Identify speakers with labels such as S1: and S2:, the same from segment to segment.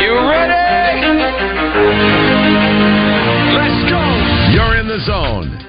S1: You ready? Let's go.
S2: You're in the zone.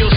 S1: feels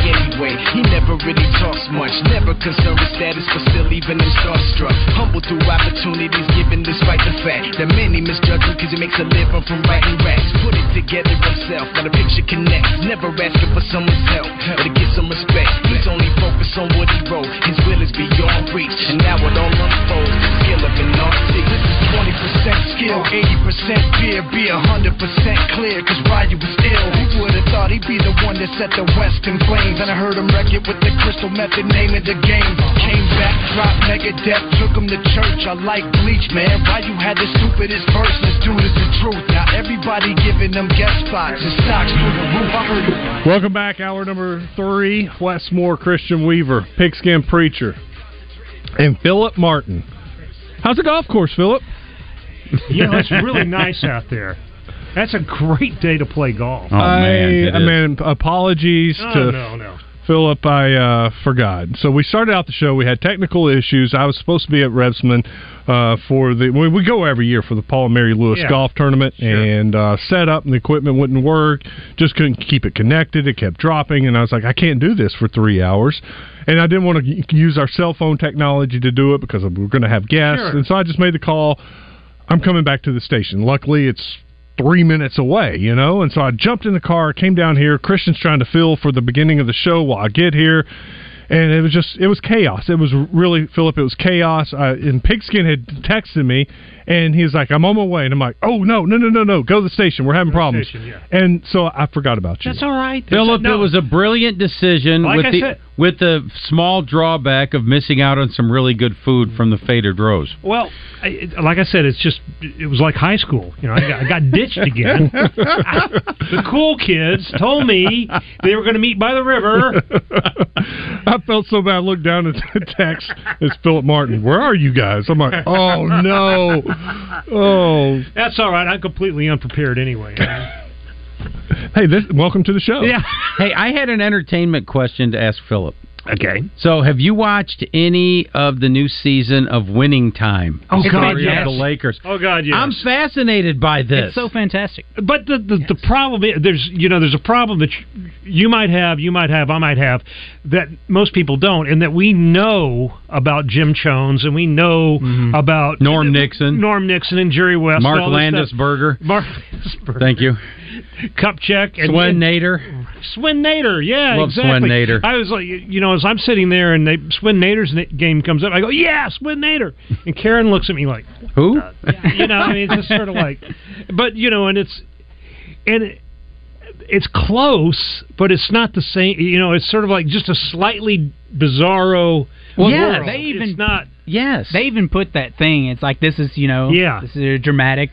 S1: anyway? He never really talks much, never concerned with status, but still even him starstruck. Humble through opportunities given despite the fact that many misjudge him because he makes a living from writing raps. Put it together himself, got a picture connects. Never asking for someone's help, but to get some respect. He's only focused on what he wrote, his will is beyond reach. And now it all unfolds, the skill of an artist. This is 20% skill, 80% fear, be 100% clear, cause Ryu was ill. Who would've thought he'd be the one that set the West in flames? And I heard him wreck it with the crystal method, name of the game. Came back, dropped mega death, took him to church. I like bleach, man. Ryu had the stupidest verse, this dude is the truth. Now everybody giving them guest spots and stocks through the roof. I heard it.
S3: Welcome back, hour number three. Westmore Christian Weaver, Pigskin Preacher, and Philip Martin. How's the golf course, Philip?
S4: You know, it's really nice out there. That's a great day to play golf.
S3: I, I mean, apologies
S4: Oh,
S3: to
S4: no, no.
S3: Philip. I uh, forgot. So we started out the show. We had technical issues. I was supposed to be at Revsman uh, for the. We, we go every year for the Paul and Mary Lewis
S5: Yeah.
S3: Golf Tournament, and uh, set up and the equipment wouldn't work. Just couldn't keep it connected. It kept dropping, and I was like, I can't do this for three hours. And I didn't want to use our cell phone technology to do it because we're going to have guests.
S5: Sure.
S3: And so I just made the call. I'm coming back to the station. Luckily, it's three minutes away, you know? And so I jumped in the car, came down here. Christian's trying to fill for the beginning of the show while I get here. And it was just, it was chaos. It was really, Philip, it was chaos. I, and Pigskin had texted me, and he's like, I'm on my way. And I'm like, oh, no, no, no, no, no. Go to the station. We're having problems. And so I forgot about you.
S4: That's all right.
S6: Philip,
S4: No.
S6: it was a brilliant decision
S4: Like
S6: with
S4: I
S6: the
S4: said-
S6: with the small drawback of missing out on some really good food from the faded rose.
S4: Well, I, it- like I said, it's just it was like high school. You know, I got, I got ditched again. the cool kids told me they were going to meet by the river.
S3: I felt so bad. I looked down at the text. It's Philip Martin. Where are you guys? I'm like, oh, no. Oh.
S4: That's all right. I'm completely unprepared anyway.
S3: Hey, this, welcome to the show.
S4: Yeah.
S6: hey, I had an entertainment question to ask Philip.
S4: Okay.
S6: So, have you watched any of the new season of Winning Time?
S4: Oh,
S6: The
S4: God,
S6: story of
S4: yes.
S6: the Lakers.
S4: Oh God, yes.
S6: I'm fascinated by this. It's so
S7: fantastic.
S4: But the the, the problem is there's you know there's a problem that you, you might have, you might have, I might have that most people don't, and that we know about Jim Jones and we know about Norm
S6: Mm-hmm. Nixon,
S4: Norm Nixon and Jerry West,
S6: Mark
S4: and all this stuff.
S6: Landisberger.
S4: Mark
S6: Thank you.
S4: Kupchak, and
S6: Swen
S4: and-
S6: Nader.
S4: Swin Nader, yeah,
S6: Love
S4: exactly.
S6: Swin Nader.
S4: I was like, you know, as I'm sitting there and they, Swin Nader's na- game comes up, I go, yeah, Swin Nader, and Karen looks at me like,
S6: Who?
S4: Uh, you know, I mean, it's just sort of like, but you know, and it's and it, it's close, but it's not the same. You know, it's sort of like just a slightly bizarro.
S7: yeah,
S4: world.
S7: they even
S4: It's not.
S6: Yes,
S7: they even put that thing. It's like this is you know
S6: Yeah.
S7: this is a dramatic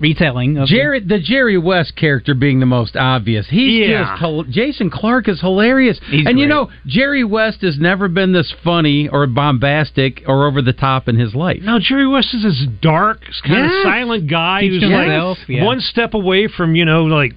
S7: retelling of
S6: Jerry, the Jerry West character being the most obvious. He's
S7: Yeah.
S6: just hil- Jason Clark is hilarious, and you know Jerry West has never been this funny or bombastic or over the top in his life.
S4: No, Jerry West is this dark, kind
S6: Yes.
S4: of silent guy
S6: Keeps
S4: who's
S6: to
S4: like
S6: himself, yeah.
S4: one step away from you know like.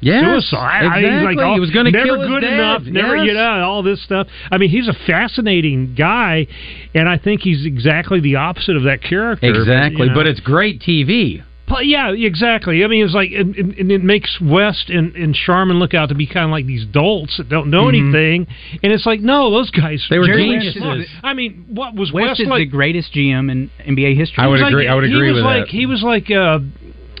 S6: Yes,
S4: suicide. I mean, he's like,
S6: exactly.
S4: oh,
S6: He was gonna
S4: never
S6: kill his
S4: good
S6: dad,
S4: enough. Never,
S6: yes.
S4: you know, all this stuff. I mean, he's a fascinating guy, and I think he's exactly the opposite of that character.
S6: Exactly,
S4: you know.
S6: but it's great TV.
S4: Pl- Yeah, exactly. I mean, it's like, and, and- and it makes West and, and Sharman look out to be kind of like these dolts that don't know
S6: Mm-hmm.
S7: Mhm.
S4: anything. And it's like, no, Oh, those guys
S7: They were
S4: Jerry West
S7: geniuses.
S4: loved it. I mean, what was
S7: West,
S4: West
S7: is
S4: like?
S7: the greatest GM in NBA history.
S4: He was like- he was like, He was like, uh,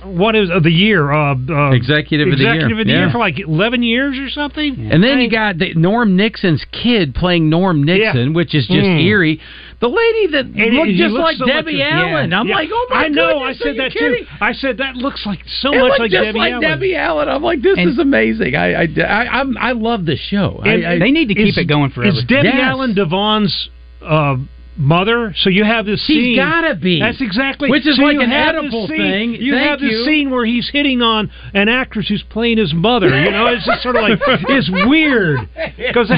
S4: what is uh, the year? Uh, uh,
S6: Executive of the year.
S4: Executive of the
S6: Yeah.
S4: year for like eleven years or something.
S6: And then you got the, Norm Nixon's kid playing Norm Nixon, which is just
S4: Mm.
S6: eerie. The lady that
S4: And
S6: looked
S4: he
S6: just
S4: looks
S6: like
S4: so
S6: Debbie
S4: much-
S6: Allen.
S4: yeah,
S6: I'm
S4: yeah.
S6: like, oh my
S4: I know.
S6: goodness,
S4: I
S6: are
S4: said
S6: you
S4: that
S6: kidding?
S4: too. I said that looks like so
S6: it
S4: much
S6: looked
S4: like
S6: just
S4: Debbie
S6: like
S4: Allen.
S6: Debbie Allen. I'm like, this
S4: And-
S6: is amazing. I I, I, I'm, I love the show. I-
S4: And-
S6: I-
S4: is- Is Debbie Allen Devon's uh, mother? So you have this
S6: She's
S4: scene.
S6: gotta be.
S4: That's exactly.
S6: Which is
S4: so
S6: like
S4: you
S6: an
S4: have this
S6: Oedipal
S4: scene-
S6: thing.
S4: You
S6: Thank
S4: have this
S6: you.
S4: scene where he's hitting on an actress who's playing his mother. You know, it's just sort of like it's weird because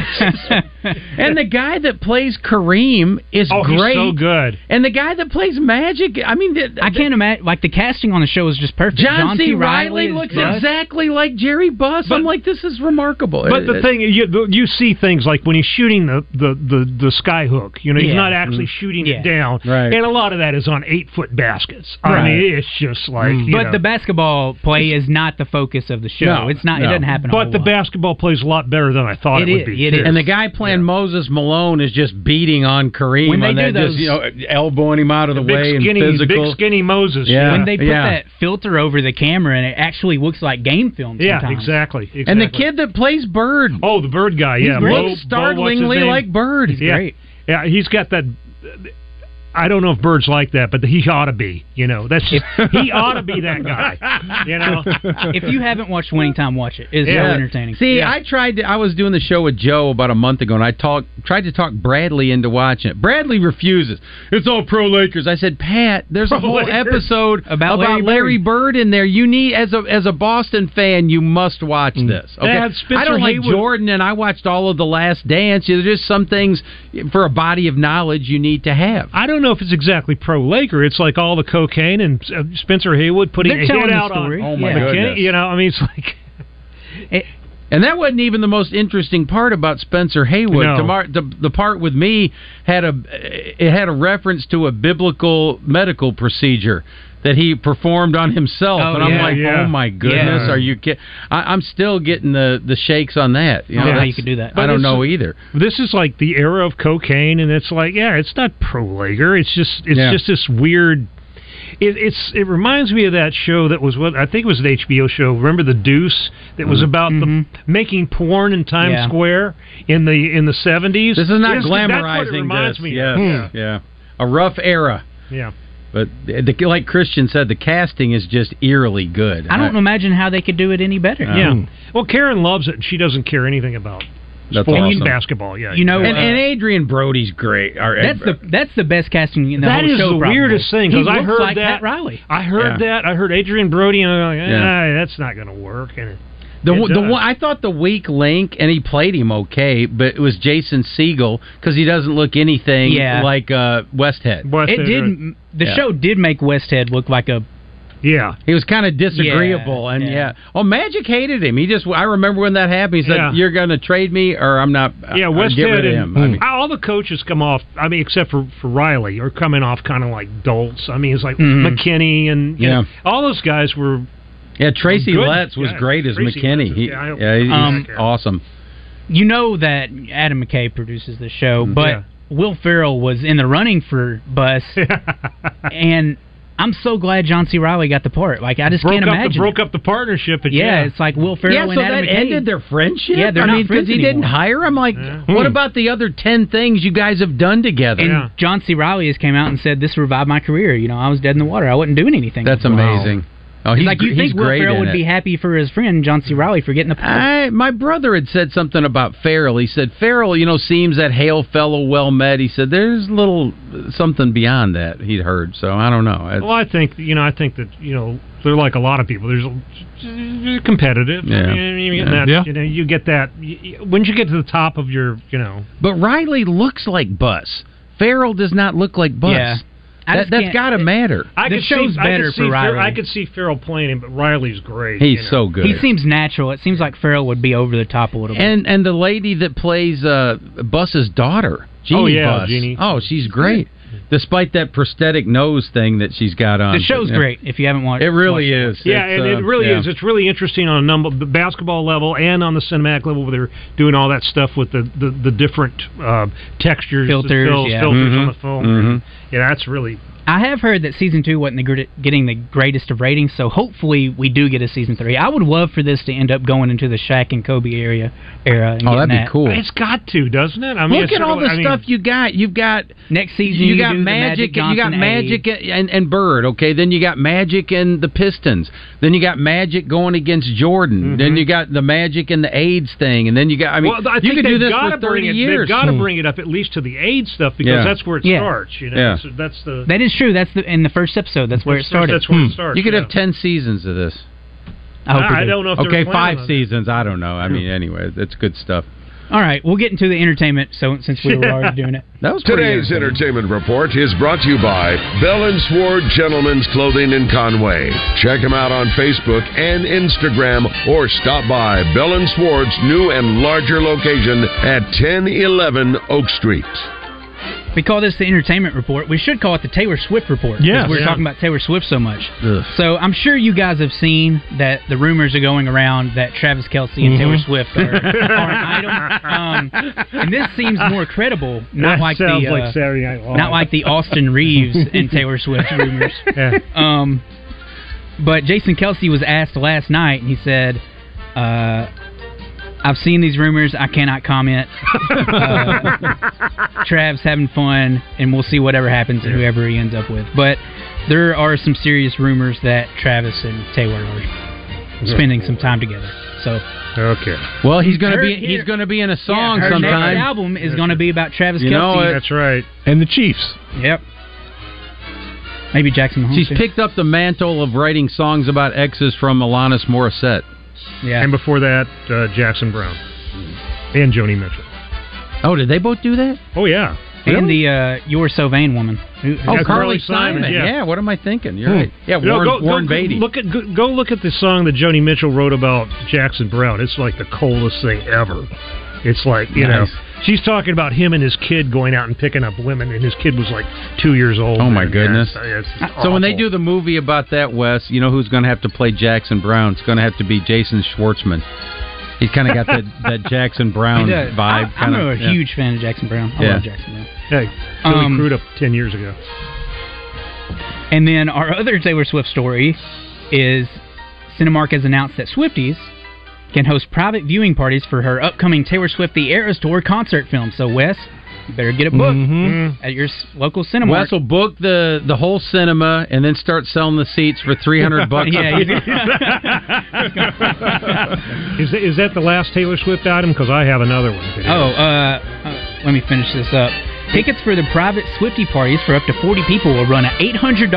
S6: and the guy that plays Kareem is
S4: Oh, he's
S6: great.
S4: so good.
S6: And the guy that plays Magic, I mean, the,
S7: I can't imagine. Like the casting on the show is just perfect.
S6: John, C.
S7: Reilly
S6: Riley,
S7: is
S6: looks
S7: Buzz.
S6: exactly like Jerry Buss. I'm like, this is remarkable.
S4: But the
S6: It-
S4: thing you you see things like when he's shooting the the the, the sky hook, you know, he's
S6: Yeah.
S4: not actually
S6: Mm.
S4: shooting
S6: Yeah.
S4: it down,
S6: Right.
S4: and a lot of that is on eight foot baskets. I
S7: Right. Mm.
S4: mean, it's just like,
S6: Mm.
S4: you
S7: But
S4: know.
S7: the basketball play is not the focus of the show. it's not. It doesn't happen. a
S4: But
S7: whole
S4: the
S7: lot.
S4: basketball plays a lot better than I thought it,
S7: It
S4: would
S7: is,
S4: be.
S7: it is.
S4: too.
S6: And the guy playing Moses Malone is just beating on Kareem
S7: When they
S6: on
S7: do
S6: that,
S7: those-
S6: just you know, elbowing him out of the,
S7: big
S6: way
S7: skinny-
S6: and
S7: big
S6: physical.
S4: skinny Moses.
S6: Yeah,
S7: When they put
S6: yeah.
S7: that filter over the camera and it actually looks like game film.
S4: Yeah,
S7: sometimes.
S4: exactly, exactly.
S6: And the kid that plays Bird.
S4: Oh, the Bird guy.
S6: He's
S4: Yeah,
S6: great.
S4: Bo- Bo-
S6: Looks
S4: what's his
S6: startlingly
S4: name?
S6: like Bird. He's
S4: yeah.
S6: great.
S4: Yeah, he's got that. I don't know if Bird's like that, but he ought to be. You know, that's he ought to be that guy. You know,
S7: if you haven't watched Winning Time, watch it. It's so entertaining.
S6: See,
S7: Yeah.
S6: I tried. To, I was doing the show with Joe about a month ago, and I talked tried to talk Bradley into watching it. Bradley refuses. It's all pro Lakers. I said, Pat, there's a
S7: Pro
S6: whole
S7: Lakers.
S6: episode
S7: About Larry
S6: about, Larry, Bird. in there. You need as a as a Boston fan, you must watch
S4: Mm.
S6: this. Okay,
S7: Yeah, Spencer
S6: I don't like
S7: Haywood-
S6: Jordan, and I watched all of the Last Dance. There's just some things for a body of knowledge you need to have.
S4: I don't know if it's exactly pro Laker. It's like all the cocaine and uh, Spencer Haywood putting
S6: They're
S4: a
S6: telling
S4: hit
S6: the
S4: out
S6: story.
S4: on.
S6: Oh, my
S4: McKinney,
S6: goodness.
S4: You know, I mean, it's like
S6: And that wasn't even the most interesting part about Spencer Haywood.
S4: No.
S6: Tomar- the, the part with me had a it had a reference to a biblical medical procedure that he performed on himself,
S7: Oh,
S6: and I'm
S7: yeah,
S6: like,
S7: yeah.
S6: oh my goodness,
S7: Yeah.
S6: are you kidding? I, I'm still getting the the shakes on that. You
S4: I don't
S6: know,
S4: know how
S6: that's-
S4: you could do that.
S6: I
S4: But
S6: don't
S4: it's-
S6: know either.
S4: this is like the era of cocaine, and it's like, yeah, it's not pro Lager. It's just, it's
S6: Yeah.
S4: just this weird. It, it's it reminds me of that show that was what I think it was an HBO show. Remember the Deuce that was
S6: Mhm.
S4: about the making porn in Times
S6: Yeah.
S4: Square in the in the seventies.
S6: This is not
S4: That's what it
S6: glamorizing
S4: reminds
S6: this.
S4: me.
S6: Yes,
S4: of. Hmm.
S6: yeah, a rough era.
S4: Yeah.
S6: But the, the, like Christian said, the casting is just eerily good.
S7: I don't imagine how they could do it any better.
S6: Mm.
S4: Yeah. Well, Karen loves it, and she doesn't care anything about
S6: That's
S4: sports
S6: awesome.
S4: and basketball. Yeah,
S7: You know,
S6: and,
S7: uh,
S6: and Adrian Brody's great. Our-
S7: That's the that's the best casting in the
S4: That
S7: whole
S4: is
S7: show.
S4: the
S7: probably.
S4: weirdest thing
S7: He
S4: because I
S7: looks
S4: heard
S7: like
S4: that
S7: Pat Riley.
S4: I heard that. I heard Adrian Brody, and I'm like, eh,
S6: Yeah.
S4: that's not going to work. And uh, it,
S6: The,
S4: it
S6: w- the
S4: does.
S6: one I thought the weak link, and he played him okay, but it was Jason Siegel because he doesn't look anything
S7: Yeah.
S6: like uh, Westhead.
S7: It did. m- The
S6: Yeah.
S7: show did make Westhead look like a
S4: yeah.
S6: He was kind of disagreeable, and yeah. Oh, Magic hated him. He just I remember when that happened. He said,
S4: Yeah.
S6: "You're going to trade me, or I'm not."
S4: Yeah,
S6: I'll
S4: West
S6: get
S4: Head
S6: rid of
S4: and
S6: him." I mean,
S4: all the coaches come off. I mean, except for for Riley, are coming off kind of like dolts. I mean, it's like
S6: Mhm.
S4: McKinney and you
S6: Yeah.
S4: know, all those guys were.
S6: yeah, Tracy
S4: Good.
S6: Letts was
S4: Yeah,
S6: great as
S4: Tracy
S6: McKinney.
S4: Letts is-
S6: He,
S4: yeah, I-
S6: yeah, he's
S7: Um,
S6: awesome.
S7: you know that Adam McKay produces the show,
S4: Mm-hmm.
S7: but
S6: Yeah.
S7: Will Ferrell was in the running for Bus, and I'm so glad John C. Riley got the part. Like I just
S4: broke
S7: can't
S4: up
S7: imagine.
S4: The, broke up the partnership. But
S7: yeah,
S4: yeah,
S7: it's like Will Ferrell
S6: yeah,
S7: and
S6: so
S7: Adam
S6: that
S7: McKay.
S6: ended their friendship.
S7: Yeah, they're
S6: I
S7: not
S6: mean,
S7: friends
S6: he didn't
S7: anymore. Hmm.
S6: hire him. Like, what about the other ten things you guys have done together?
S7: And John C. Riley has came out and said, "This revived my career. You know, I was dead in the water. I wasn't doing anything."
S6: That's amazing. Oh,
S7: It's
S6: he's
S7: like
S6: gr-
S7: you think
S6: he's
S7: Will
S6: great
S7: Ferrell
S6: in
S7: would
S6: it. Ah,
S7: be happy for his friend John C. Riley for getting the part.
S6: I, my brother had said something about Farrell. He said Farrell, you know, seems that hail fellow well met. He said there's a little uh, something beyond that he'd heard. So I don't know. It's-
S4: well, I think you know. I think that you know they're like a lot of people. There's a- competitive. I
S6: Yeah.
S4: mean, you get
S6: Yeah.
S4: that.
S6: Yeah.
S4: You know, you get that. y- y- Once you get to the top of your, you know,
S6: but Riley looks like Bus. Farrell does not look like Bus.
S4: Yeah. I
S6: That,
S4: just
S6: that's
S4: can't-
S6: got to matter.
S4: I could see, I could see Fer-
S6: Riley.
S4: I could see Farrell playing him, but Riley's great.
S6: He's
S4: you know.
S6: so good.
S7: He seems natural. It seems like Farrell would be over the top a little bit.
S6: and and the lady that plays uh, Bus's daughter, Jeannie
S7: Oh, yeah,
S6: Bus.
S7: Jeannie.
S6: Oh, she's great. despite that prosthetic nose thing that she's got on.
S7: the show's
S6: Um, Yeah.
S7: great if you haven't watched.
S6: It really
S7: watched
S6: is.
S4: Yeah,
S6: It's,
S4: and it
S6: uh,
S4: really
S6: yeah.
S4: is. It's really interesting on a number the basketball level and on the cinematic level where they're doing all that stuff with the the, the different uh, textures, the
S7: Filters,
S4: fil-
S7: yeah.
S4: filters
S7: Mhm.
S6: Mm-hmm.
S4: on the film.
S7: Mhm.
S4: Yeah, that's really
S7: I have heard that season two wasn't the gr- getting the greatest of ratings, so hopefully we do get a season three. I would love for this to end up going into the Shaq and Kobe area era. And
S6: Oh, that'd
S7: getting
S6: be
S7: that.
S6: cool.
S4: It's got to, doesn't it? I mean,
S6: Look
S4: it's
S6: at
S4: sort
S6: all
S4: of-
S6: the
S4: I mean-
S6: stuff you got. You've got
S7: next season.
S6: You,
S7: you
S6: got
S7: do the
S6: magic.
S7: Magic
S6: you got
S7: Johnson
S6: magic and, and Bird. Okay, then you got Magic and the Pistons. Then you got Magic going against Jordan.
S7: Mm-hmm.
S6: Then you got the Magic and the AIDS thing. And then you got. I mean,
S4: well, I
S6: you
S4: think
S6: could
S4: they've
S6: do this
S4: gotta
S6: for thirty
S4: bring it,
S6: years.
S4: They've got
S7: Hmm.
S4: to bring it up at least to the AIDS stuff because
S6: Yeah.
S4: that's where it
S6: Yeah.
S4: starts. You know,
S6: Yeah.
S4: So that's the
S7: That is true. That's the, in the first episode. That's where it started.
S4: That's where it starts.
S6: Hmm. You could
S4: yeah.
S6: have ten seasons of this.
S7: I hope we I do. don't know if they're
S6: okay,
S7: planning on
S6: five
S7: that.
S6: seasons. I don't know. I mean, anyway, it's good stuff.
S7: All right, we'll get into the entertainment. So since we were already doing it,
S6: That was
S7: pretty
S8: Today's entertainment report is brought to you by Bell and Sword Gentlemen's Clothing in Conway. Check them out on Facebook and Instagram or stop by Bell and Sword's new and larger location at 1011 Oak Street.
S7: we call this the entertainment report. We should call it the Taylor Swift report. 'cause
S4: Yes.
S7: we're
S4: Yeah.
S7: talking about Taylor Swift so much. So I'm sure you guys have seen that the rumors are going around that Travis Kelsey and Taylor
S5: Mhm.
S7: Swift are, are an item. Um, and this seems more credible, not
S5: That
S7: like
S5: sounds
S7: the uh,
S5: like Saturday Night Live.
S7: not like the Austin Reeves and Taylor Swift rumors. Um, but Jason Kelsey was asked last night, and he said, uh, "I've seen these rumors. I cannot comment. Uh, Trav's having fun, and we'll see whatever happens and whoever he ends up with. But there are some serious rumors that Travis and Taylor are spending some time together. So
S4: Okay.
S6: Well, he's gonna
S7: Her-
S6: be he's gonna be in a song
S7: her
S6: sometime.
S7: next album is going to be about Travis
S6: You know
S7: Kelsey.
S6: it.
S4: That's right.
S3: And the Chiefs.
S7: Yep. Maybe Jackson. Mahomes
S6: She's
S7: too.
S6: picked up the mantle of writing songs about exes from Alanis Morissette.
S7: Yeah.
S4: And before that, uh, Jackson Brown and Joni Mitchell.
S6: Oh, did they both do that?
S4: Oh yeah.
S7: And the uh, "You're So Vain" woman. Who,
S6: Oh, Carly, Simon. Yeah. what am I thinking? You're
S4: Hmm.
S6: right. Yeah,
S4: You know,
S6: Warren,
S4: go,
S6: Warren
S4: go,
S6: Beatty.
S4: Look at go, go look at the song that Joni Mitchell wrote about Jackson Brown. It's like the coldest thing ever. It's like you
S6: Nice.
S4: know she's talking about him and his kid going out and picking up women, and his kid was like two years old.
S6: Oh my
S4: And
S6: goodness!
S4: that's- it's
S6: so
S4: awful.
S6: when they do the movie about that, Wes, you know who's going to have to play Jackson Brown? It's going to have to be Jason Schwartzman. He's kind of got that, that Jackson Brown
S7: He does.
S6: vibe.
S7: I, am
S6: kinda,
S7: a
S6: yeah.
S7: huge fan of Jackson Brown. I
S6: Yeah.
S7: love Jackson Brown.
S4: Hey, Billy
S7: Um,
S4: Crudup ten years ago.
S7: And then our other Taylor Swift story is Cinemark has announced that Swifties can host private viewing parties for her upcoming Taylor Swift The Eras Tour concert film. So Wes, you better get a book
S6: Mhm.
S7: at your s- local cinema.
S6: Wes will book the the whole cinema and then start selling the seats for three hundred bucks.
S7: Yeah,
S6: a
S7: he's
S6: piece.
S4: uh, Is that, is that the last Taylor Swift item? Because I have another one. today.
S7: Oh, uh, uh, let me finish this up. Tickets for the private Swifty parties for up to 40 people will run at $800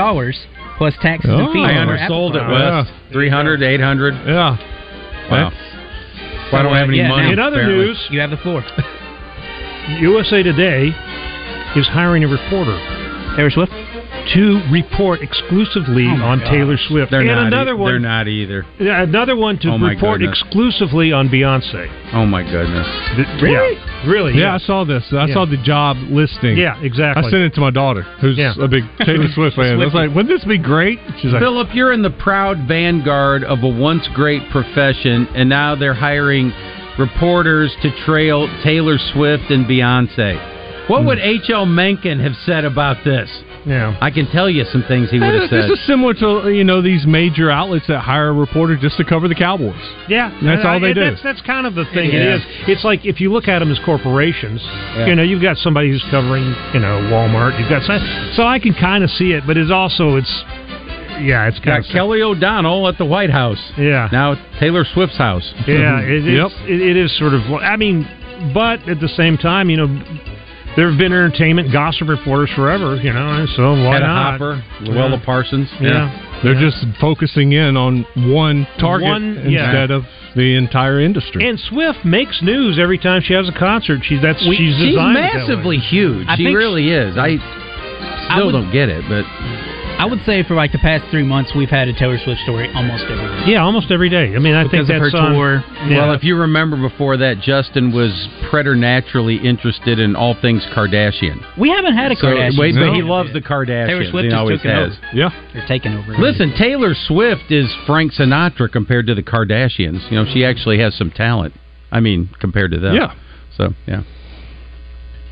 S7: plus taxes and fees.
S6: Oh. I undersold it, Wes. Three hundred, eight hundred. 300, 800.
S3: Yeah.
S6: Wow. Well, I don't have any money.
S4: In other
S6: apparently.
S4: news,
S7: you have the floor.
S4: USA Today is hiring a reporter.
S7: Taylor Swift?
S4: To report exclusively
S6: Oh, my
S4: on
S6: God.
S4: Taylor Swift.
S6: They're
S4: and
S6: not e-
S4: another one.
S6: They're not either.
S4: Yeah, Another one to
S6: Oh, my
S4: report
S6: goodness.
S4: exclusively on Beyonce.
S6: Oh my goodness.
S4: Really? really?
S3: Yeah,
S4: Yeah.
S3: I saw this. I
S4: Yeah.
S3: saw the job listing.
S4: Yeah, exactly.
S3: I sent it to my daughter, who's
S4: Yeah.
S3: a big Taylor Swift fan. I was like, wouldn't this be great? She's like,
S6: Philip, you're in the proud vanguard of a once great profession, and now they're hiring reporters to trail Taylor Swift and Beyonce. What would H.L. Mencken have said about this?
S4: Yeah.
S6: I can tell you some things he would
S3: "Eh,
S6: have
S3: this
S6: said.
S3: is similar to you know these major outlets that hire a reporter just to cover the Cowboys.
S4: Yeah,
S3: That's
S4: and I-
S3: all they
S4: and
S3: do.
S4: That's, that's kind of the thing. It
S3: Yeah.
S4: is. It's like if you look at them as corporations,
S3: Yeah.
S4: you know, you've got somebody who's covering, you know, Walmart. You've got some, so I can kind of see it, but it's also it's yeah, it's kind
S6: Got
S4: of
S6: Kelly O'Donnell at the White House.
S4: Yeah.
S6: Now Taylor Swift's house.
S4: Yeah, it, it's, it, it is sort of. I mean, but at the same time, you know, there have been entertainment gossip reporters forever, you know, and so why
S6: Hedda
S4: not?
S6: Hopper, Luella
S4: Yeah.
S6: Parsons.
S4: Yeah.
S3: They're just focusing in on one target
S4: One- yeah.
S3: instead of the entire industry.
S4: And Swift makes news every time she has a concert. She's that's
S6: We-
S4: she's
S6: she's
S4: designed it that way.
S6: massively huge.
S7: I
S6: she
S7: think
S6: really is. I still
S7: would-
S6: don't get it, but
S7: I I would say for like the past three months, we've had a Taylor Swift story almost every day.
S4: Yeah, almost every day. I mean, I
S7: Because
S4: think
S7: of
S4: that's
S7: her
S6: um,
S4: on-
S7: tour.
S4: Yeah.
S6: Well, if you remember before that, Justin was preternaturally interested in all things Kardashian.
S7: We haven't had a
S6: So,
S7: Kardashian.
S6: wait, but he
S7: No.
S6: loves the Kardashians.
S7: Taylor Swift
S6: he
S7: just
S6: always
S7: took it
S6: has.
S7: over.
S3: Yeah,
S7: they're taking over.
S6: Listen, Taylor Swift is Frank Sinatra compared to the Kardashians. You know, she actually has some talent. I mean, compared to them.
S7: Yeah.
S6: So yeah.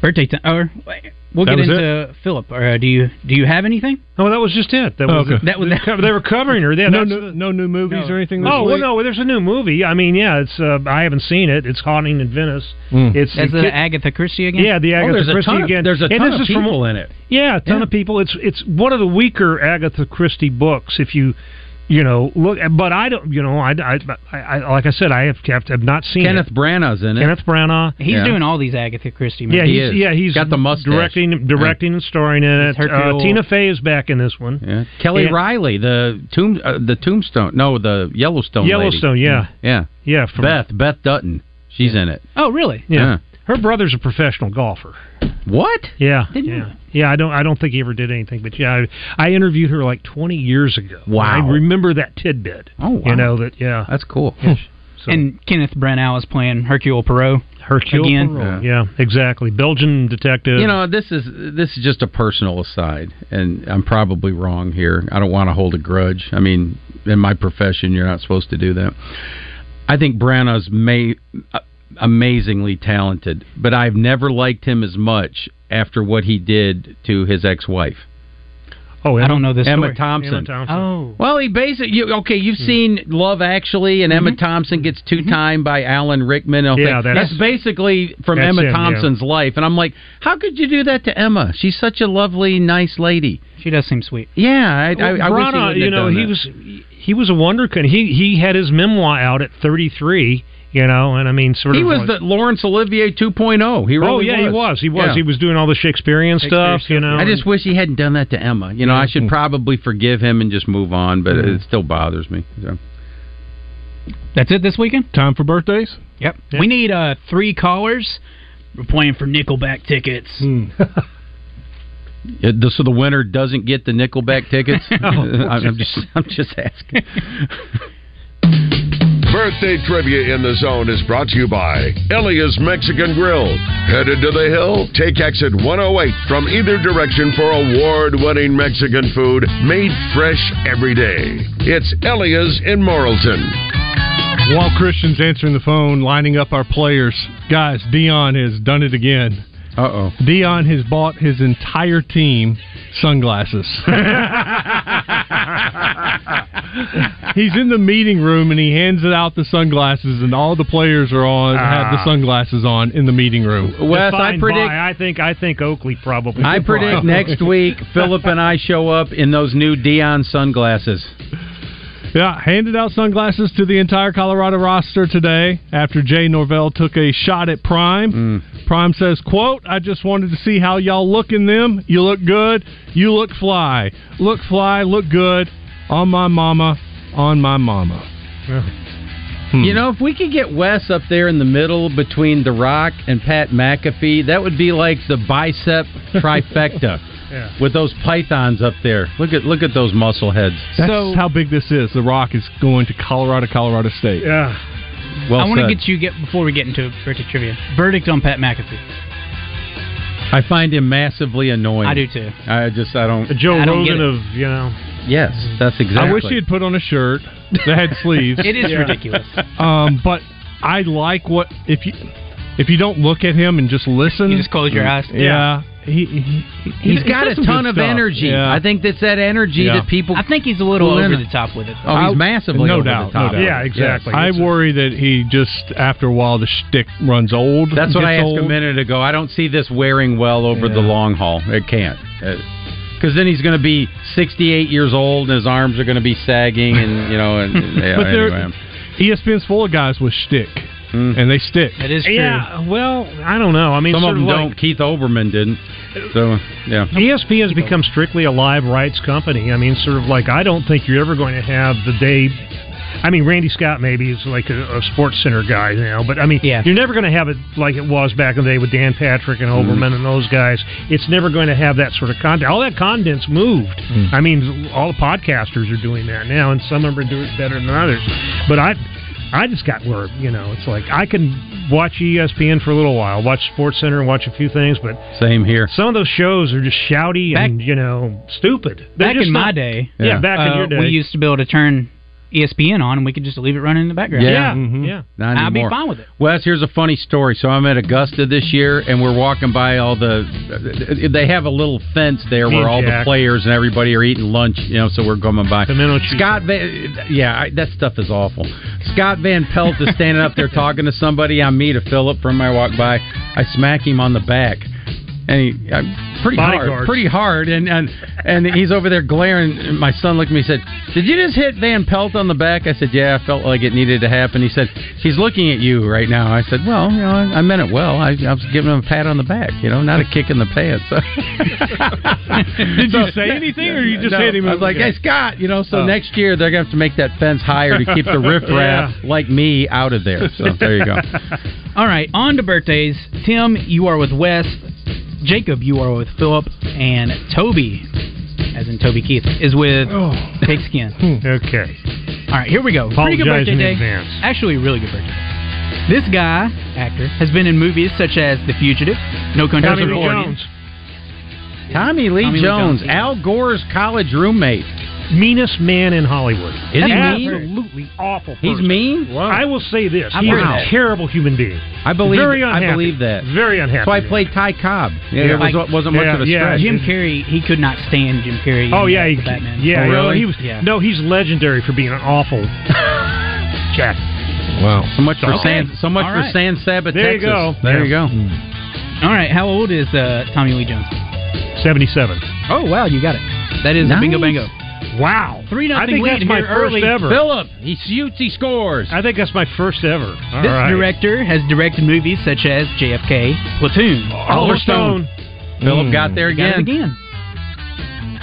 S7: Birthday time. Or wait, we'll
S6: That
S7: get
S6: was
S7: into Philip. Or uh, do you do you have anything?
S4: Oh, that was just it. That was
S7: okay.
S4: that was they were covering her. Yeah,
S3: no,
S4: that's
S3: no, no new movies or anything. This
S4: Oh well,
S3: week?
S4: no. There's a new movie. I mean, yeah, it's uh, I haven't seen it. It's Haunting in Venice.
S3: Mm.
S4: It's
S7: That's the
S4: it-
S7: Agatha Christie again.
S4: Yeah,
S6: Oh,
S4: the Agatha Christie again. and this is from- Yeah, a ton
S7: Yeah.
S4: of people. It's it's one of the weaker Agatha Christie books. If you you know look, but I don't. You know, I, I, I, I like I said, I have, have, have not seen
S6: Kenneth
S4: it.
S6: Branagh's in it.
S4: Kenneth Branagh.
S7: He's doing all these Agatha Christie movies.
S4: Yeah, he's, yeah, he's
S6: Got the mustache.
S4: directing, directing and starring in it. Uh,
S6: Hercule-
S4: Tina Fey is back in this one.
S6: Yeah. Kelly
S4: And-
S6: Riley, the tomb, uh, the Tombstone, no, the Yellowstone. lady.
S4: Yellowstone, yeah.
S6: yeah,
S4: yeah. From,
S6: Beth, Beth Dutton, she's in it.
S7: Oh, really?
S4: Yeah. Her brother's a professional golfer.
S6: What?
S4: Yeah.
S7: Didn't
S4: yeah. Yeah, I don't I don't think he ever did anything, but yeah, I, I interviewed her like 20 years ago. Wow. I remember that tidbit.
S6: Oh, wow.
S4: You know that yeah.
S6: That's cool.
S7: And Kenneth Branagh is playing Hercule Poirot.
S4: Hercule
S7: again.
S4: Poirot. Yeah. exactly. Belgian detective.
S6: You know, this is this is just a personal aside, and I'm probably wrong here. I don't want to hold a grudge. I mean, in my profession, you're not supposed to do that. I think Branagh's may, amazingly talented, but I've never liked him as much after what he did to his ex-wife.
S4: Oh,
S7: I don't know this
S6: Emma
S7: story.
S6: Thompson.
S7: Oh,
S6: Well, he basically you, okay. You've
S4: Hmm.
S6: seen Love Actually, and Emma Thompson gets two time by Alan Rickman. and all
S4: Mm-hmm. Yeah,
S6: that.
S4: that's-
S6: that's, basically from
S4: That's
S6: Emma
S4: him, yeah.
S6: Thompson's life. And I'm like, how could you do that to Emma? She's such a lovely, nice lady.
S7: she does seem sweet.
S6: Yeah, I, I, I wish he
S4: Brana,
S6: wouldn't
S4: you
S6: have
S4: know,
S6: done
S4: he
S6: that.
S4: was he was a wonderkind. He he had his memoir out at 33, you know, and I mean sort
S6: he
S4: of
S6: was
S4: like-
S6: the Laurence Olivier 2.0. He really
S4: Oh yeah, he was. He was. He was doing all the Shakespearean stuff, you know.
S6: I just wish he hadn't done that to Emma. You know, I
S4: Mm-hmm.
S6: should probably forgive him and just move on, but it still bothers me. So.
S7: That's it this weekend.
S3: Time for birthdays.
S7: Yep. We need uh, three callers. We're playing for Nickelback tickets.
S6: Hmm. Yeah, th- so the winner doesn't get the Nickelback tickets. I'm I'm just, I'm just asking.
S8: Birthday trivia in the zone is brought to you by Elia's Mexican Grill. Headed to the hill? Take exit 108 from either direction for award winning Mexican food made fresh every day. It's Elia's in Morrilton.
S3: While Christian's answering the phone, lining up our players, guys, Dion has done it again.
S6: Uh oh.
S3: Dion has bought his entire team sunglasses. He's in the meeting room and he hands it out the sunglasses, and all the players are on have the
S4: Ah.
S3: sunglasses on in the meeting room.
S6: Wes, I
S4: Defined
S6: predict-
S4: by, I think I think Oakley probably.
S6: I predict next week Philip and I show up in those new Dion sunglasses.
S3: Yeah, handed out sunglasses to the entire Colorado roster today after Jay Norvell took a shot at Prime.
S4: Mm.
S3: Prime says, "quote I just wanted to see how y'all look in them. You look good. You look fly. Look fly. Look good. On my mama. On my mama."
S6: You know, if we could get Wes up there in the middle between The Rock and Pat McAfee, that would be like the bicep trifecta
S4: Yeah.
S6: with those pythons up there. Look at look at those muscle heads.
S3: That's
S7: So-
S3: how big this is. The Rock is going to Colorado, Colorado State.
S4: Yeah.
S6: Well
S7: I want
S6: said.
S7: to get you get before we get into birthday trivia. Verdict on Pat McAfee.
S6: I find him massively annoying.
S7: I do too.
S6: I just I don't.
S4: The Joe
S7: I don't get
S4: Rogan
S7: it.
S4: of you know.
S6: Yes, that's exactly.
S3: I wish he had put on a shirt that had sleeves.
S7: It is
S4: Yeah.
S7: ridiculous.
S3: Um, but I like what if you if you don't look at him and just listen.
S7: You just close your eyes.
S3: yeah, he, he, he
S6: He's got
S3: does
S6: a
S3: some
S6: ton
S3: good
S6: of
S3: stuff.
S6: energy.
S3: Yeah.
S6: I think that's that energy
S3: Yeah.
S6: that people.
S7: I think he's a little
S6: Well,
S7: over
S6: then-
S7: the top with it. though.
S6: oh,
S3: I-
S6: he's massively
S3: no
S6: over
S3: doubt,
S6: the top.
S3: no doubt.
S4: Yeah, exactly.
S3: I
S4: It's a-
S3: worry that he just after a while the shtick runs old.
S6: That's what I
S3: gets old.
S6: asked a minute ago. I don't see this wearing well over the
S3: Yeah.
S6: long haul. It can't. Because then he's going to be 68 years old and his arms are going to be sagging and, you know, and, yeah,
S3: But E they're-
S6: anyway. Hmm.
S3: ESPN's full of guys with shtick, and they stick.
S7: That is true.
S4: Yeah, well, I don't know. I mean,
S6: Some of
S4: sort
S6: them
S4: like-
S6: don't. Keith Olbermann didn't. So, yeah.
S4: ESPN E has become strictly a live rights company. I mean, sort of like I don't think you're ever going to have the day I mean, Randy Scott maybe is like a, a sports center guy now, but I mean, yeah. you're never going to have it like it was back in the day with Dan Patrick and Overman and those guys. It's never going to have that sort of content. All that content's moved. I mean, all the podcasters are doing that now, and some of them are doing it better than others. But I, I just got where you know it's like I can watch E ESPN for a little while, watch Sports Center and watch a few things, but
S6: Same here.
S4: some of those shows are just shouty and you know stupid. They're
S7: back
S4: just
S7: in my
S4: not-
S7: day,
S4: yeah, back in
S7: uh,
S4: your day,
S7: we used to be able to turn E ESPN on, and we could just leave it running in the background.
S6: Yeah. Mm-hmm.
S4: yeah.
S6: Not
S7: I'd be
S6: anymore.
S7: fine with it.
S6: Wes, here's a funny story. So I'm at Augusta this year, and we're walking by all the. They have a little fence there
S4: Me
S6: where
S4: and
S6: all the
S4: Jack.
S6: players and everybody are eating lunch. You know, so we're going by. Scott, Van, yeah, I, that stuff is awful. Scott Van Pelt is standing up there talking to somebody. I meet a Philip from my walk by. I smack him on the back, and he i pretty hard,
S5: Bodyguards.
S6: pretty hard, and and and he's over there glaring. And my son looked at me and said, "Did you just hit Van Pelt on the back?" I said, "Yeah, I felt like it needed to happen." He said, "She's looking at you right now." I said, "Well, you know, I, I meant it well. I, I was giving him a pat on the back, you know, not a kick in the pants."
S3: Did you say anything, or you just
S6: No,
S3: hit him?
S6: I was like, "Hey, Scott," you know. So
S3: Oh.
S6: next year they're going to have to make that fence higher to keep the riffraff like me out of there. So there you go.
S7: All right, on to birthdays. Tim, you are with Wes. Jacob, you are with Philip, and Toby, as in Toby Keith, is with Pigskin.
S4: Oh. okay.
S7: All right, here we go. Pretty good
S4: Apologize
S7: birthday
S4: in
S7: day.
S4: advance.
S7: Actually, really good birthday. day. This guy, actor, has been in movies such as The Fugitive, No Country
S6: Tommy
S7: for
S6: Lee
S7: Old Men.
S6: Jones. Tommy Lee
S7: Tommy Lee
S6: Jones,
S7: Jones.
S6: Al Gore's college roommate,
S4: meanest man in Hollywood.
S6: Is he mean?
S4: absolutely awful.
S6: He's
S4: person.
S6: mean?
S4: I will say this:
S6: I've
S4: he's
S6: heard
S4: a
S6: that.
S4: terrible human being.
S6: I believe.
S4: Very
S6: I
S4: unhappy.
S6: believe that.
S4: Very unhappy.
S6: That's why I played Ty Cobb. Yeah, it was, wasn't much of a
S4: yeah,
S6: stretch.
S7: Jim Carrey, he could not stand Jim Carrey.
S4: Oh
S7: in,
S4: yeah,
S7: uh,
S4: he,
S7: the Batman.
S4: yeah, yeah, he was.
S7: Yeah.
S4: No, he's legendary for being an awful chap.
S6: Wow. So much for
S7: Okay.
S6: San. So much
S7: All
S6: for
S7: right.
S6: San Saba,
S7: There you
S6: Texas.
S7: go.
S6: There
S7: Yeah.
S6: you go.
S7: All right, how old is uh, Tommy Lee Jones? Mm.
S4: Seventy-seven.
S7: Oh wow, you got it. That is a bingo bango.
S4: Wow,
S7: Three
S4: I
S7: nothing
S4: think
S7: lead
S4: that's my
S7: here
S4: first
S7: early.
S4: ever.
S6: Philip, he shoots, he scores.
S4: I think that's my first ever. All
S7: this
S4: right.
S7: director has directed movies such as JFK, Platoon,
S4: Oliver Stone. Hmm.
S6: Philip got there
S7: Hmm. Got it
S6: again.
S7: again.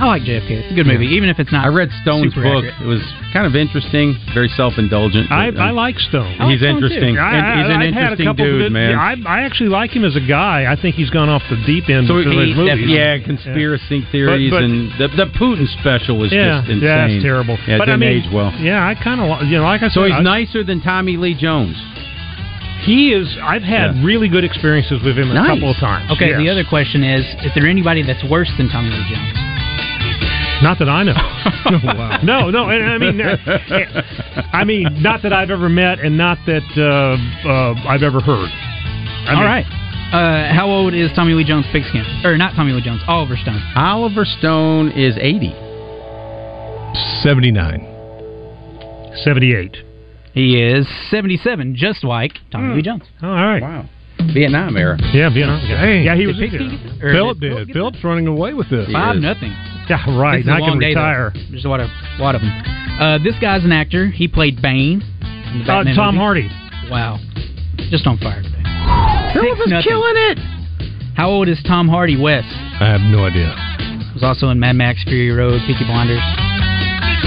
S7: I like JFK. It's a good movie, even if it's not.
S6: I read Stone's
S7: super
S6: book.
S7: accurate.
S6: It was kind of interesting, very self-indulgent.
S4: I,
S6: but,
S4: I
S6: um,
S4: like Stone.
S6: I like
S7: Oh,
S6: He's Stone, too. interesting.
S4: I,
S6: And
S4: I- I've
S6: he's an
S4: had a
S6: interesting
S4: couple
S6: dude,
S4: good,
S6: man.
S4: yeah, I, I actually like him as a guy. I think he's gone off the deep end.
S6: So
S4: because of
S6: he,
S4: his movies.
S6: yeah, conspiracy theories
S4: But- but-
S6: and the, the Putin special was
S4: yeah,
S6: just insane.
S4: yeah, it's terrible.
S6: Yeah, it
S4: but I
S6: didn't
S4: mean,
S6: age well.
S4: Yeah, I kind of you know, like I
S6: So
S4: said, I-
S6: he's nicer than Tommy Lee Jones.
S4: He is. I've had really good experiences with him a
S6: Nice.
S4: couple of times. yes.
S7: Okay, the other question is: Is there anybody that's worse than Tommy Lee Jones?
S4: Not that I know.
S6: Oh,
S4: No, no, and I mean, uh, I mean, not that I've ever met, and not that uh, uh, I've ever heard. I
S7: All
S4: mean-
S7: right. Uh, how old is Tommy Lee Jones Pigskin? Or not Tommy Lee Jones, Oliver Stone.
S6: Oliver Stone is eighty.
S3: Seventy-nine.
S4: 78.
S7: He is 77, just like
S6: Hmm.
S7: Tommy Lee Jones.
S4: Oh, all right.
S6: Wow. Vietnam era.
S4: Yeah, Vietnam.
S3: Dang.
S4: Yeah, he was.
S7: Did Pigskin get there? Or
S3: Philip
S7: Philip
S3: did. Philip's running away with this.
S7: Five nothing.
S4: Yeah, right.
S7: This is a
S4: Now I can
S7: long day, though.
S4: retire.
S7: There's a lot of, lot of them. Uh, this guy's an actor. He played Bane. in the
S4: Uh,
S7: Batman
S4: Tom
S7: movie.
S4: Hardy.
S7: Wow. Just on fire today.
S6: Philip is
S7: nothing.
S6: killing it.
S7: How old is Tom Hardy West?
S3: I have no idea.
S7: was also in Mad Max, Fury Road, Peaky Blinders.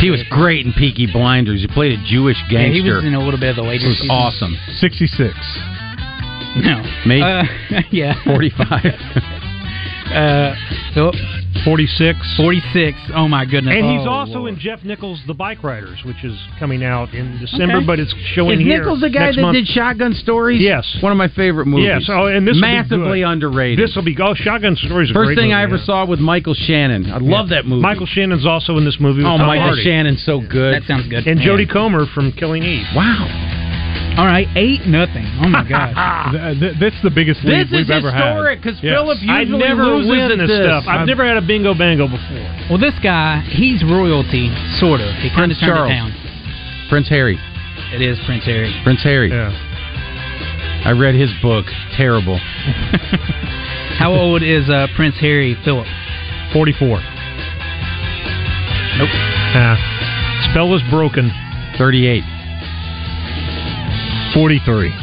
S6: He was great in Peaky Blinders. He played a Jewish
S7: Yeah, he
S6: gangster.
S7: was in a little bit of the later
S6: it was
S7: season.
S6: awesome.
S3: Sixty-six.
S7: No.
S6: Me?
S7: Uh, yeah.
S6: Forty-five.
S7: Uh, Philip?
S4: 46.
S7: 46. Oh, my goodness.
S4: And he's
S7: Oh,
S4: also
S7: Lord.
S4: in Jeff Nichols' The Bike Riders, which is coming out in December,
S7: Okay.
S4: but it's showing
S6: is
S4: here.
S6: Nichols the guy
S4: next
S6: that
S4: month.
S6: did Shotgun Stories?
S4: Yes.
S6: One of my favorite movies.
S4: Yes. Oh, and this will be
S6: massively
S4: good.
S6: underrated.
S4: This will be oh, Shotgun Stories. a
S6: First
S4: great
S6: thing
S4: movie,
S6: I ever
S4: yeah.
S6: saw with Michael Shannon. I love that movie.
S4: Michael Shannon's also in this movie. With
S6: oh,
S4: Tom
S6: Michael
S4: Hardy.
S6: Shannon's so good.
S7: That sounds good.
S4: and Jodie Comer from Killing Eve.
S6: Wow.
S7: All right. Eight nothing. Oh, my God.
S4: uh,
S3: Th- th- that's the biggest lead
S6: This
S3: we've
S6: is
S3: ever had.
S6: historic because
S3: Yes.
S6: Philip
S4: I
S6: usually
S4: never
S6: loses
S4: win this, stuff. I've
S3: I'm-
S4: never had a bingo bango before.
S7: well, this guy, he's royalty, sort of. He kind of turned
S6: Prince Charles.
S7: it down.
S6: Prince Harry.
S7: It is Prince Harry.
S6: Prince Harry.
S4: Yeah.
S6: I read his book. Terrible.
S7: How old is uh, Prince Harry Philip?
S4: 44.
S7: Nope.
S4: Ah. spell was broken.
S6: 38.
S3: Forty-three.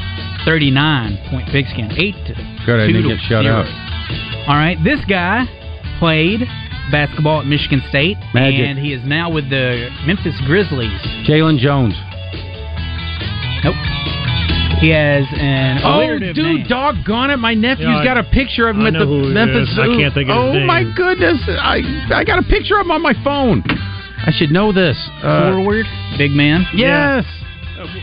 S7: 39 point pigskin. 8 to
S6: Good. I
S7: two
S6: didn't
S7: to
S6: get shut
S7: zero.
S6: out.
S7: All right, this guy played basketball at Michigan State,
S6: Magic.
S7: and he is now with the Memphis Grizzlies.
S6: Jalen Jones.
S7: He has an
S6: Oh,
S7: alliterative
S6: dude,
S7: name.
S6: doggone it! My nephew's
S7: Yeah, I-
S6: got a picture of him
S7: I
S6: at
S7: know
S6: the
S7: who it
S6: Memphis.
S7: is. I can't think of his
S6: oh
S7: name.
S6: my goodness! I I got a picture of him on my phone. I should know this. Uh,
S7: Forward, big man.
S6: Yes.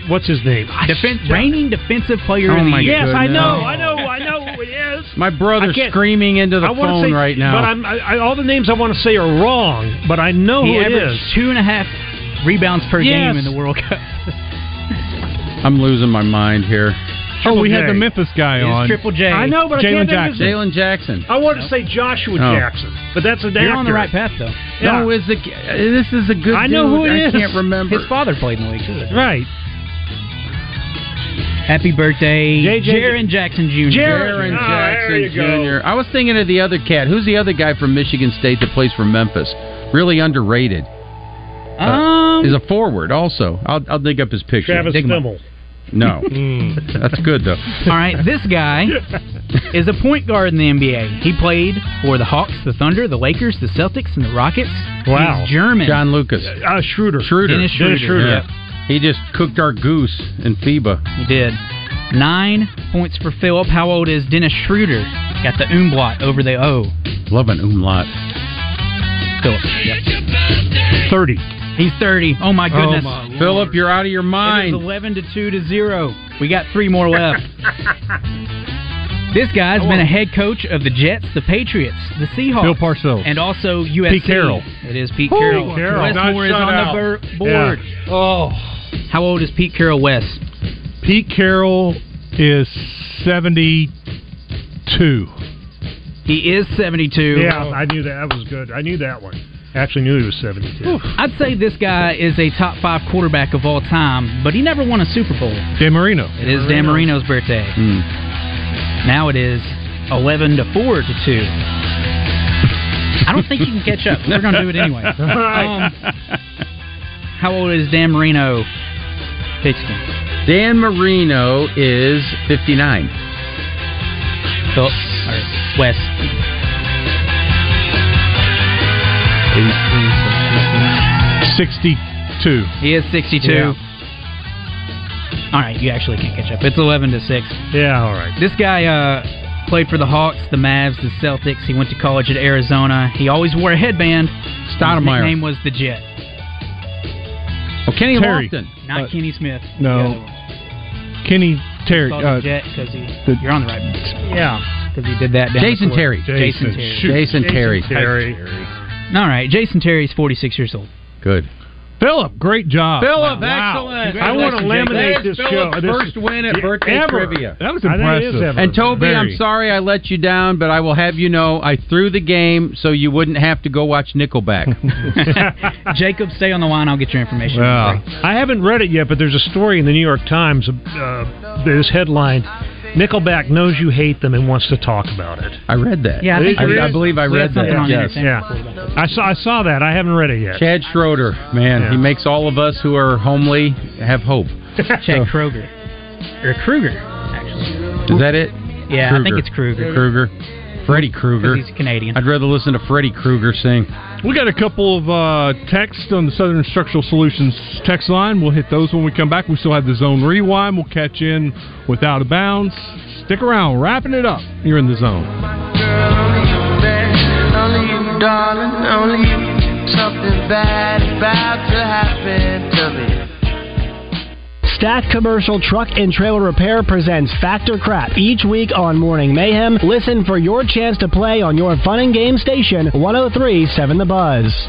S4: What's his name?
S7: Defen- reigning defensive player
S6: Oh
S7: of the
S6: my
S7: year.
S6: Yes, I goodness. know, I
S4: know, I know. Yes.
S6: My brother's
S4: can't-
S6: screaming into the
S4: I wanna
S6: phone
S4: say-
S6: right now.
S4: But I'm, I, I, all the names I want to say are wrong, but I know
S7: He
S4: who it
S7: averaged
S4: is.
S7: two and a half rebounds per
S4: Yes.
S7: game in the World Cup.
S6: I'm losing my mind here.
S3: oh, we had
S4: J.
S3: the Memphis guy
S7: It's
S3: on.
S7: Triple J.
S4: I know, but I
S3: Jalen
S4: can't think of his
S3: Jackson.
S4: name.
S6: Jalen Jackson.
S4: I wanted to say Joshua
S6: Oh.
S4: Jackson, but that's an
S7: You're
S4: actor.
S7: on the right path, though.
S4: Yeah.
S6: No, is the this is a good.
S4: I know
S6: dude.
S4: who it
S6: I
S4: is.
S6: can't remember.
S7: His father played in the league. Too.
S4: Right.
S7: Happy birthday,
S4: JJ.
S7: Jaron Jackson Jr.
S4: Jaron.
S6: Aaron
S4: Ah, there you
S6: Jackson
S4: go.
S6: Jr. I was thinking of the other cat. Who's the other guy from Michigan State that plays for Memphis? Really underrated.
S7: Um,
S6: Is a forward also. I'll, I'll dig up his picture.
S4: Travis
S6: Dig him up.
S4: Fimmel.
S6: No, that's good though.
S7: all right, this guy is a point guard in the NBA. He played for the Hawks, the Thunder, the Lakers, the Celtics, and the Rockets.
S4: Wow.
S7: He's German.
S6: John Lucas.
S4: Uh, Schroeder.
S6: Schroeder.
S7: Dennis Schroeder.
S6: Yeah. He just cooked our goose in FIBA.
S7: He did. Nine points for Philip. How old is Dennis Schroeder? Got the umlaut over the O.
S6: Love an umlaut.
S7: Philip.
S4: 30.
S7: He's 30. Oh my goodness.
S6: Philip, you're out of your
S7: It is
S6: mind.
S7: 11 to 2 to 0. We got three more left. this guy's been a head coach of the Jets, the Patriots, the Seahawks,
S3: Bill Parcells.
S7: and also USC.
S3: Pete Carroll.
S7: It is Pete Carroll.
S3: Pete Carroll. Nice
S7: Westmore is
S3: shout
S7: on
S3: out.
S7: the bur- board.
S3: Oh.
S7: How old is Pete Carroll West?
S3: Pete Carroll is 72.
S7: He is 72.
S4: Yeah,
S6: Oh.
S4: I knew that. That was good. I knew that one. Actually knew he was 72.
S7: I'd say this guy is a top five quarterback of all time, but he never won a Super Bowl.
S3: Dan Marino.
S7: It is Dan Marino's birthday.
S6: Hmm.
S7: Now it is 11 to 4 to 2. I don't think you can catch up. We're going to do it anyway. Um, how old is Dan Marino? 16.
S6: Dan Marino is 59.
S7: Philip, or Wes.
S3: Sixty-two.
S7: He is 62. All right, you actually can't catch up. It's 11 to 6.
S4: Yeah, all right.
S7: This guy uh, played for the Hawks, the Mavs, the Celtics. He went to college at Arizona. He always wore a headband.
S6: Stoudemire.
S7: His name was the Jet,
S6: Oh, Kenny
S3: Terry.
S6: Lofton.
S7: not
S3: Uh,
S7: Kenny Smith.
S3: no.
S7: The other one.
S3: Kenny Terry.
S7: Called
S3: Uh,
S7: him Jet because he.
S3: the-
S7: you're on the right.
S4: Yeah.
S7: because he did that. Down
S6: Jason
S7: before.
S6: Terry.
S7: Jason, Terry.
S3: Shoot.
S6: Jason Terry.
S4: Terry.
S7: All right, Jason Terry's 46 years old.
S6: Good.
S3: Philip, great job.
S6: Philip,
S3: Wow.
S6: excellent.
S4: I wanna laminate this
S6: There's Philip's
S4: show. This-
S6: first win at birthday
S4: Ever.
S6: trivia.
S3: That was
S4: I think it
S3: impressive.
S4: is ever.
S6: And Toby, I'm
S3: Very.
S6: sorry I let you down, but I will have you know I threw the game so you wouldn't have to go watch Nickelback.
S7: Jacob, stay on the line. I'll get your information.
S3: Wow.
S4: I haven't read it yet, but there's a story in the New York Times. Uh, there's headline: Nickelback knows you hate them and wants to talk about it.
S6: I read that.
S7: Yeah, I think
S6: I,
S7: you
S6: I
S4: did.
S6: believe I
S7: We
S6: read
S7: had something
S6: that.
S7: on
S6: Yes.
S7: Entertainment
S4: Yeah.
S7: Weekly about
S4: I saw I saw that. I haven't read it yet.
S6: Chad Schroeder, man,
S4: Yeah.
S6: he makes all of us who are homely have hope.
S7: that. Chad Kroger or Kruger, actually.
S6: Is that it?
S7: Yeah, I
S6: Kruger.
S7: think it's Kruger.
S6: Kruger. Freddy Krueger.
S7: 'Cause he's Canadian.
S6: I'd rather listen to Freddy Krueger sing.
S3: We got a couple of uh, texts on the Southern Structural Solutions text line. We'll hit those when we come back. We still have the zone rewind. We'll catch in without a bounds. Stick around, wrapping it up. You're in the zone.
S7: Um,
S5: Only you, darling, only you. Something bad about to happen to me.
S9: Stack Commercial Truck and Trailer Repair presents Factor Crap each week on Morning Mayhem. Listen for your chance to play on your fun and game station, 1037 The Buzz.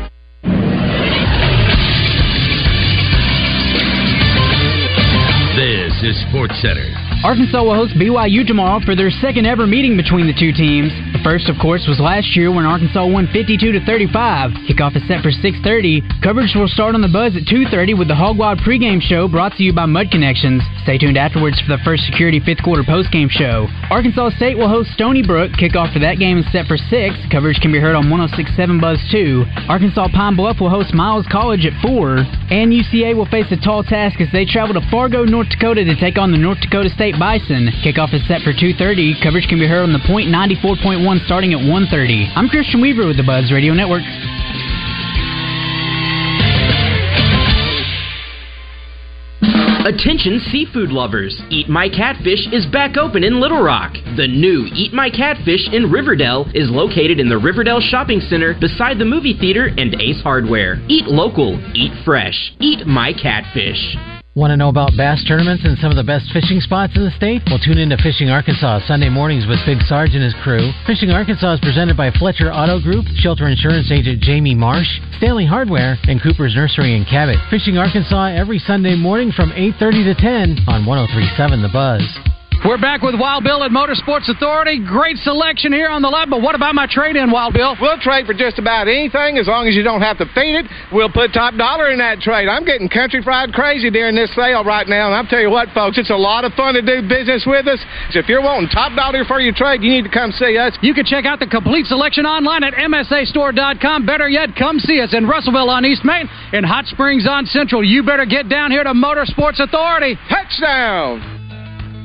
S10: This is Sports Center.
S7: Arkansas will host BYU tomorrow for their second ever meeting between the two teams. The first, of course, was last year when Arkansas won 52 to 35. Kickoff is set for 6:30. Coverage will start on the Buzz at 2:30 with the Hogwild pregame show brought to you by Mud Connections. Stay tuned afterwards for the first security fifth quarter postgame show. Arkansas State will host Stony Brook. Kickoff for that game is set for 6. Coverage can be heard on 106.7 Buzz 2. Arkansas Pine Bluff will host Miles College at 4. And UCA will face a tall task as they travel to Fargo, North Dakota to take on the North Dakota State Bison. Kickoff is set for 2.30. Coverage can be heard on the point 94.1 starting at 1.30. I'm Christian Weaver with the Buzz Radio Network. Attention seafood lovers! Eat My Catfish is back open in Little Rock. The new Eat My Catfish in Riverdale is located in the Riverdale Shopping Center beside the movie theater and Ace Hardware. Eat local, eat fresh, eat My Catfish.
S11: Want to know about bass tournaments and some of the best fishing spots in the state? Well, tune in to Fishing Arkansas Sunday mornings with Big Sarge and his crew. Fishing Arkansas is presented by Fletcher Auto Group, Shelter Insurance Agent Jamie Marsh, Stanley Hardware, and Cooper's Nursery in Cabot. Fishing Arkansas every Sunday morning from 8.30 to 10 on 103.7 The Buzz.
S12: We're back with Wild Bill at Motorsports Authority. Great selection here on the lot, but what about my trade in, Wild Bill?
S13: We'll trade for just about anything as long as you don't have to feed it. We'll put top dollar in that trade. I'm getting country fried crazy during this sale right now, and I'll tell you what, folks, it's a lot of fun to do business with us. So if you're wanting top dollar for your trade, you need to come see us.
S12: You can check out the complete selection online at MSAstore.com. Better yet, come see us in Russellville on East Main and Hot Springs on Central. You better get down here to Motorsports Authority.
S13: Touchdown!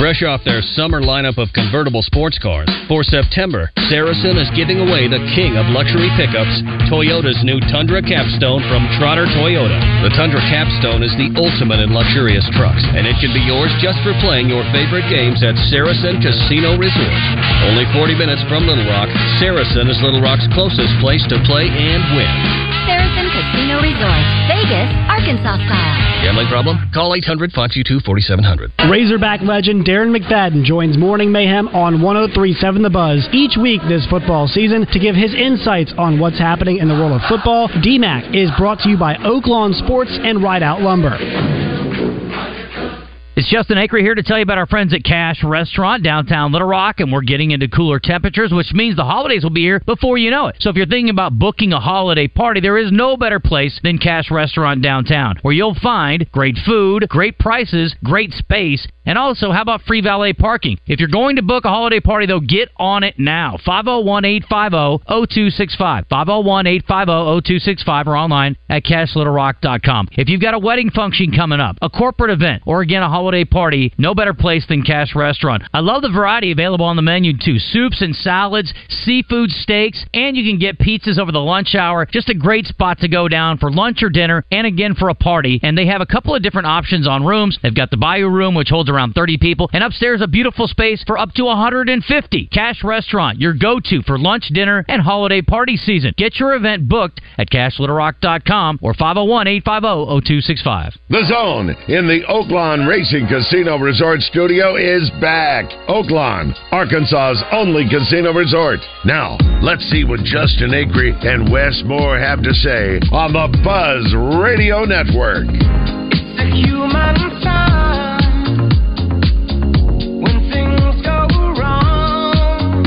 S14: Fresh off their summer lineup of convertible sports cars, for September, Saracen is giving away the king of luxury pickups, Toyota's new Tundra Capstone from Trotter Toyota. The Tundra Capstone is the ultimate in luxurious trucks, and it can be yours just for playing your favorite games at Saracen Casino Resort. Only 40 minutes from Little Rock, Saracen is Little Rock's closest place to play and win.
S15: Saracen Casino Resort, Vegas, Arkansas style.
S14: Gambling problem? Call 800 522 4700.
S9: Razorback legend Darren McFadden joins Morning Mayhem on 1037 The Buzz each week this football season to give his insights on what's happening in the world of football. DMAC is brought to you by Oaklawn Sports and Rideout Lumber.
S16: It's Justin Acre here to tell you about our friends at Cash Restaurant downtown Little Rock, and we're getting into cooler temperatures, which means the holidays will be here before you know it. So if you're thinking about booking a holiday party, there is no better place than Cash Restaurant downtown, where you'll find great food, great prices, great space, and also how about free valet parking? If you're going to book a holiday party, though, get on it now. 501-850-0265. oh, 501-850-0265 or online at cashlittlerack.com. If you've got a wedding function coming up, a corporate event, or again a holiday holiday party, no better place than Cash Restaurant. I love the variety available on the menu too: soups and salads, seafood steaks, and you can get pizzas over the lunch hour. Just a great spot to go down for lunch or dinner, and again for a party. And they have a couple of different options on rooms. They've got the Bayou Room, which holds around 30 people, and upstairs a beautiful space for up to 150. Cash Restaurant, your go-to for lunch, dinner, and holiday party season. Get your event booked at CashLittleRock.com or 501-850-0265.
S2: The Zone in the Oaklawn Racing Casino Resort Studio is back. Oaklawn, Arkansas's only casino resort. Now, let's see what Justin Acree and Wes Moore have to say on the Buzz Radio Network.
S5: The human time when things go wrong,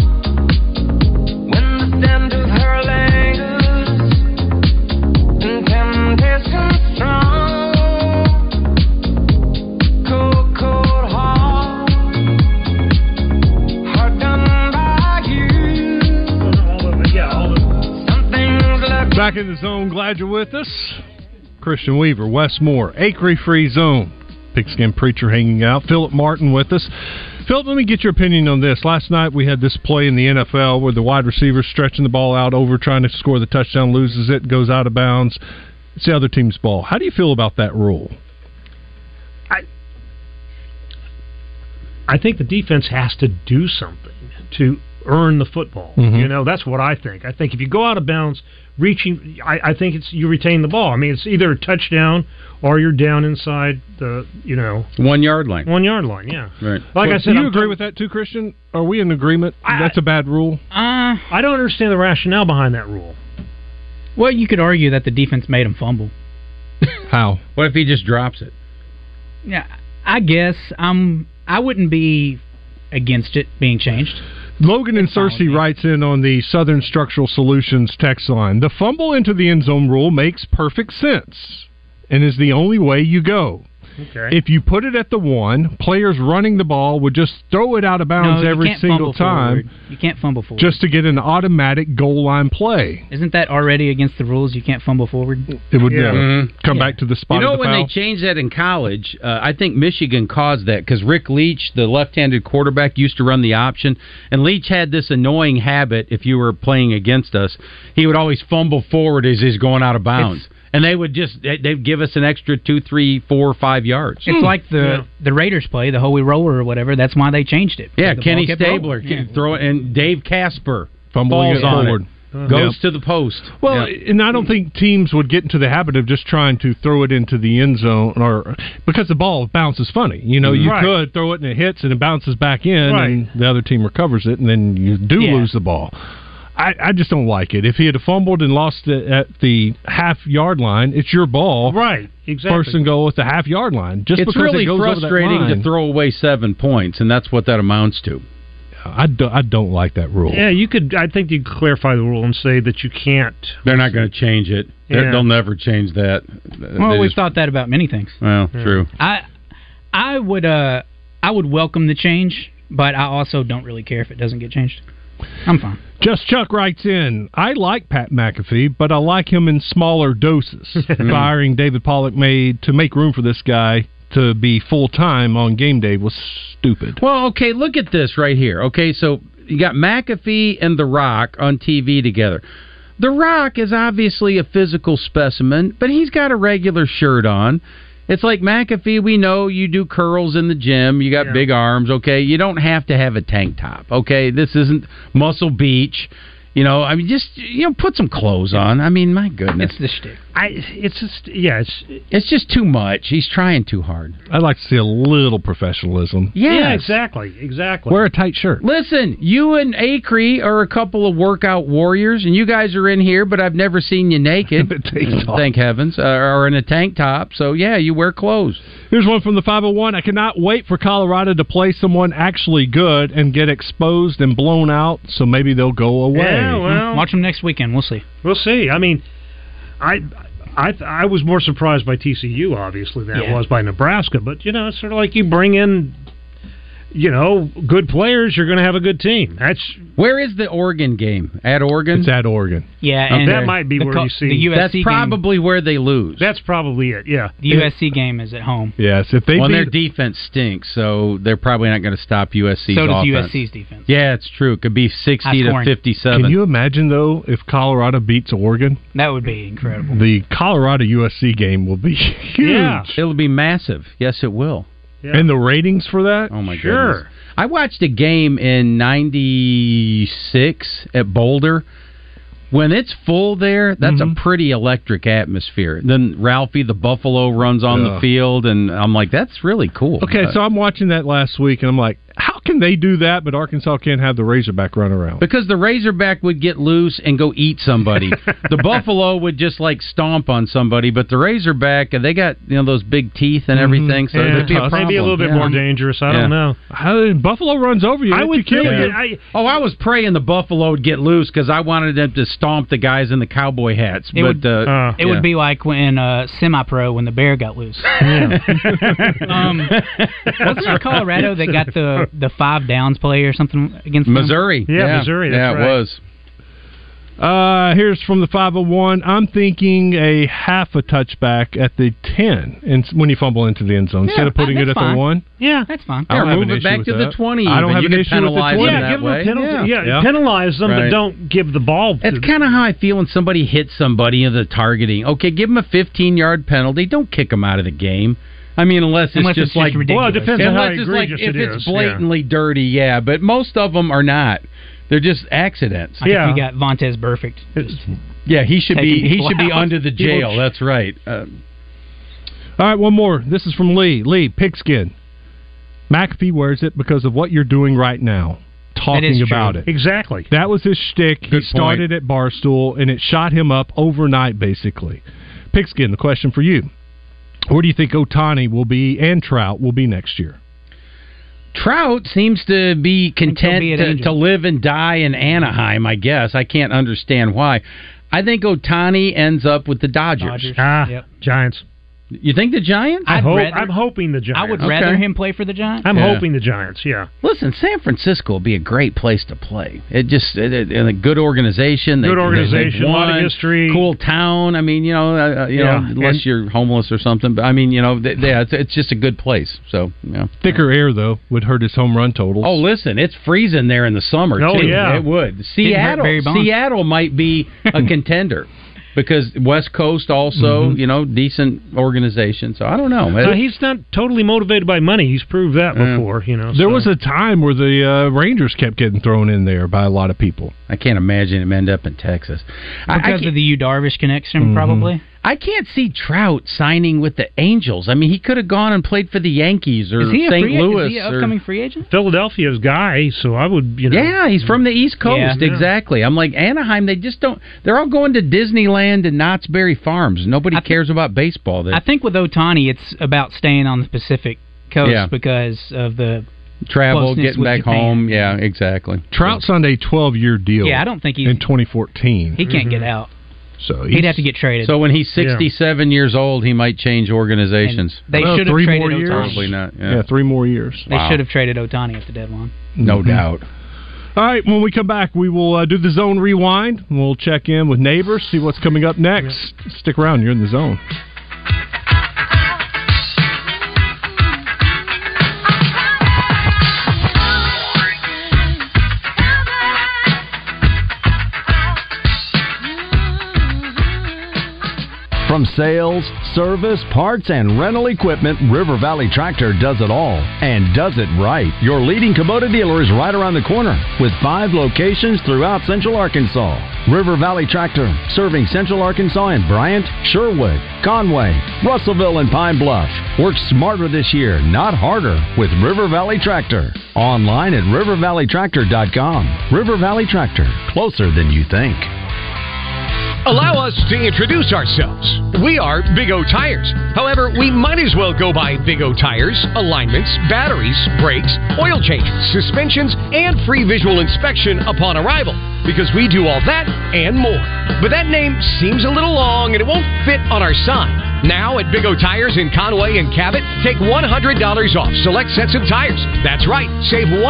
S5: when the scent of her lingers and temptation strong, cold, cold heart, heart done by you. Some things look
S3: Back in the zone, glad you're with us. Christian Weaver, Westmore, Acre Free Zone, Pigskin Preacher hanging out, Philip Martin with us. Philip, let me get your opinion on this. Last night we had this play in the NFL where the wide receiver stretching the ball out over trying to score the touchdown, loses it, goes out of bounds. It's the other team's ball. How do you feel about that rule?
S4: I think the defense has to do something to earn the football.
S3: Mhm.
S4: You know, that's what I think. I think if you go out of bounds, reaching, I, I think it's you retain the ball. I mean, it's either a touchdown or you're down inside the, you know,
S6: One yard line.
S4: one yard line. Yeah.
S6: Right.
S4: Like I said,
S3: do you
S4: I'm
S3: agree with that too, Christian? Are we in agreement? That's a bad rule.
S17: Uh,
S4: I don't understand the rationale behind that rule.
S17: Well, you could argue that the defense made him fumble.
S3: How?
S6: What if he just drops it?
S17: Yeah, I guess I'm. I wouldn't be against it being changed.
S3: Logan and Cersei writes in on the Southern Structural Solutions text line. The fumble into the end zone rule makes perfect sense and is the only way you go.
S4: Okay.
S3: If you put it at the one, players running the ball would just throw it out of bounds
S7: you
S3: every
S7: can't
S3: single
S7: fumble
S3: time
S7: forward. You can't fumble forward.
S3: just to get an automatic goal line play.
S7: Isn't that already against the rules? You can't fumble forward.
S3: It would uh, come back to the spot.
S6: Mm-hmm. You know
S3: of the
S6: when
S3: foul?
S6: they changed that in college, uh, I think Michigan caused that because Rick Leach, the left-handed quarterback, used to run the option, and Leach had this annoying habit. If you were playing against us, he would always fumble forward as he's going out of bounds, and they would just they- they'd give us an extra two, three, four, five yards.
S7: It's like the the Raiders play the Holy Roller or whatever. That's why they changed it.
S6: yeah,
S7: The ball
S6: Kenny
S7: kept
S6: Stabler
S7: rolling. Yeah.
S6: can throw it, and Dave Casper
S3: Fumbling
S6: falls
S3: it
S6: on
S3: forward.
S6: it, goes
S3: Yep.
S6: to the post.
S3: Well, and I don't think teams would get into the habit of just trying to throw it into the end zone, or because the ball bounces funny. You know, you
S4: Right.
S3: could throw it and it hits and it bounces back in, and the other team recovers it, and then you do
S4: Yeah.
S3: lose the ball. I, I just don't like it. If he had fumbled and lost it at the half yard line, it's your ball.
S4: Right. Exactly.
S3: First and goal at the half yard line. Just
S6: it's
S3: because
S6: really
S3: it goes over that
S6: frustrating
S3: line.
S6: to throw away seven points, and that's what that amounts to.
S3: I, do, I don't like that rule.
S4: Yeah, you could. I think you could clarify the rule and say that you can't.
S6: They're not going to change it. They're-
S4: Yeah.
S6: They'll never change that. They
S7: Well, we've
S6: just-
S7: thought that about many things.
S6: well,
S7: Yeah.
S6: true.
S7: I I would uh I would welcome the change, but I also don't really care if it doesn't get changed. I'm fine.
S3: Just Chuck writes in, I like Pat McAfee, but I like him in smaller doses. Firing David Pollock made to make room for this guy to be full time on game day was stupid.
S6: Well, okay, look at this right here. Okay, so you got McAfee and The Rock on TV together. The Rock is obviously a physical specimen, but he's got a regular shirt on. It's like McAfee, we know you do curls in the gym, you got big arms, okay? You don't have to have a tank top, okay? This isn't Muscle Beach. You know, I mean, just, you know, put some clothes on. I mean, my goodness.
S7: It's the shtick.
S4: I. It's just. Yeah. It's.
S6: It's just too much. He's trying too hard.
S3: I'd like to see a little professionalism.
S4: Yeah.
S6: Yes.
S4: Exactly. Exactly.
S3: Wear a tight shirt.
S6: Listen, you and Acree are a couple of workout warriors, and you guys are in here, but I've never seen you naked. Thank heavens, uh, or in a tank top. So yeah, you wear clothes.
S3: Here's one from the 501. I cannot wait for Colorado to play someone actually good and get exposed and blown out, so maybe they'll go away.
S4: Yeah, well-
S7: Watch them next weekend. We'll see.
S4: We'll see. I mean, I. I, I was more surprised by TCU obviously than I
S7: Yeah.
S4: was by Nebraska, but you know it's sort of like you bring in, you know, good players, you're going to have a good team. That's
S6: Where is the Oregon game? At Oregon? It's
S3: at Oregon.
S7: Yeah,
S4: Now,
S7: and
S4: that
S7: the-
S4: might be
S7: the
S4: where
S7: co-
S4: you see
S7: the USC
S6: That's
S7: game.
S6: probably where they lose.
S4: That's probably it. Yeah,
S7: The USC game is at home.
S3: Yes, if they
S6: well, their
S3: beat-
S6: defense stinks, so they're probably not going to stop USC's
S7: So does
S6: offense.
S7: USC's defense.
S6: Yeah, it's true. It could be sixty to fifty-seven.
S3: Can you imagine, though, if Colorado beats Oregon?
S7: That would be incredible.
S3: The Colorado USC game will be huge.
S6: Yeah, it'll be massive. Yes, it will.
S3: And the ratings for that?
S6: Oh my
S3: Sure.
S6: goodness. I watched a game in '96 at Boulder. When it's full there, that's
S4: Mm-hmm.
S6: a pretty electric atmosphere. Then Ralphie the Buffalo runs on
S3: Yeah.
S6: the field, and I'm like, that's really cool.
S3: Okay,
S6: Uh,
S3: so I'm watching that last week, and I'm like, how can they do that, but Arkansas can't have the Razorback run around?
S6: because the Razorback would get loose and go eat somebody, the Buffalo would just like stomp on somebody. But the Razorback, they got you know those big teeth and everything, so
S4: Mm-hmm. Yeah.
S6: it'd be a problem.
S4: Maybe a little bit more dangerous. I don't know.
S3: How, Buffalo runs over you.
S4: I
S6: If
S4: would
S6: you kill
S4: think
S6: it.
S4: that I-
S6: oh, I was praying the Buffalo would get loose because I wanted them to stomp the guys in the cowboy hats.
S7: It
S6: but
S7: would,
S6: uh,
S7: it would be like when uh, semi-pro when the bear got loose. um, wasn't there Colorado that got the the five downs play or something against them?
S6: Missouri.
S3: Yeah, Yeah. Missouri, that's Yeah, it right.
S6: was.
S3: Uh, here's from the 501. I'm thinking a half a touchback at the 10 and s- when you fumble into the end zone instead of putting it at the 1.
S4: Yeah,
S7: that's fine.
S3: I don't have an issue with that. I don't have an issue with the 20.
S4: Yeah, give them a penalty. Yeah, penalize them, but don't. give the ball.
S6: That's kind of how I feel when somebody hits somebody in the targeting. Okay, give them a 15 yard penalty. Don't kick them out of the game. I mean, unless it's
S4: Unless
S6: just
S4: it's just
S6: like
S4: ridiculous. Well, it depends on
S6: Unless
S4: how
S6: it's like
S4: egregious
S6: if
S4: it
S6: it's
S4: is, yeah.
S6: blatantly dirty, yeah. But most of them are not. They're just accidents.
S7: I think we got Vontez perfect.
S6: yeah. He should be
S7: Taking
S6: he
S7: people
S6: should be
S7: out.
S6: under the
S7: People
S6: jail. That's right. Uh,
S3: All right, one more. This is from Lee. Lee, pigskin. McAfee wears it because of what you're doing right now, talking about it.
S4: Exactly.
S3: That was his shtick. he started at
S4: point.
S3: Barstool, and it shot him up overnight, basically. Pigskin, the question for you: Where do you think Otani will be and Trout will be next year?
S6: Trout seems to be content
S3: be an
S6: to,
S3: angel.
S6: to live and die in Anaheim, I guess. I can't understand why. I think Otani ends up with the Dodgers.
S4: Ah, Giants.
S6: You think the Giants?
S4: I hope, I'm hoping the Giants.
S7: I would rather him play for the Giants.
S4: I'm
S6: Yeah.
S4: hoping the Giants. Yeah.
S6: Listen, San Francisco will be a great place to play. It just it, it, and a good organization. They-
S4: Good
S6: they-
S4: organization,
S6: they've
S4: a lot of
S6: won.
S4: history.
S6: Cool town. I mean, you know, uh, uh, you know,
S4: Yeah,
S6: unless
S4: and-
S6: you're homeless or something. But I mean, you know, th- yeah, it's, it's just a good place. So yeah.
S3: Thicker air though would hurt his home run total.
S6: Oh, listen, it's freezing there in the summer.
S3: Oh,
S6: too.
S3: yeah.
S6: it would.
S3: Didn't hurt
S6: Seattle,
S3: Barry Bonds.
S6: Seattle might be a contender because West Coast also,
S3: Mm-hmm.
S6: you know, decent organization. So I don't know.
S4: Now, he's not totally motivated by money. He's proved that before. You know.
S3: There was a time where the uh, Rangers kept getting thrown in there by a lot of people.
S6: I can't imagine him end up in Texas. I- I
S7: Because
S6: can't-
S7: of the U Darvish connection, probably.
S6: Mm-hmm. I can't see Trout signing with the Angels. I mean, he could have gone and played for the Yankees or
S4: Is he a
S6: St.
S4: free- is
S6: Louis.
S4: he an
S6: or-
S4: upcoming
S7: free agent?
S4: Philadelphia's guy, so I would. You know.
S6: yeah, he's from the East Coast.
S4: Yeah. Yeah.
S6: Exactly. I'm like Anaheim. They just don't. They're all going to Disneyland and Knott's Berry Farms. Nobody cares about baseball there.
S7: I think with Otani, it's about staying on the Pacific coast
S6: Yeah.
S7: because of the
S6: Travel,
S7: closeness
S6: getting
S7: with
S6: back
S7: Japan.
S6: home. Yeah, exactly.
S3: Trout's on a 12 year deal.
S7: Yeah, I don't think he's-
S3: in 2014.
S7: He can't get out.
S3: So
S7: He'd have to get traded.
S6: So when he's 67 years old, he might change organizations.
S7: And they Well, should have three traded more Otani. years?
S6: Probably not. Yeah,
S3: three more years.
S7: They should have traded Otani at the deadline.
S6: No doubt.
S3: All right, when we come back, we will uh, do the zone rewind. We'll check in with neighbors, see what's coming up next. Stick around, you're in the zone.
S18: From sales, service, parts, and rental equipment, River Valley Tractor does it all and does it right. Your leading Kubota dealer is right around the corner with five locations throughout Central Arkansas. River Valley Tractor, serving Central Arkansas and Bryant, Sherwood, Conway, Russellville, and Pine Bluff. Work smarter this year, not harder, with River Valley Tractor. Online at rivervalleytractor.com. River Valley Tractor, closer than you think.
S12: Allow us to introduce ourselves. We are Big O Tires. However, we might as well go by Big O Tires, alignments, batteries, brakes, oil changes, suspensions, and free visual inspection upon arrival because we do all that and more. But that name seems a little long and it won't fit on our sign. Now at Big O Tires in Conway and Cabot, take $100 off select sets of tires. That's right, save $100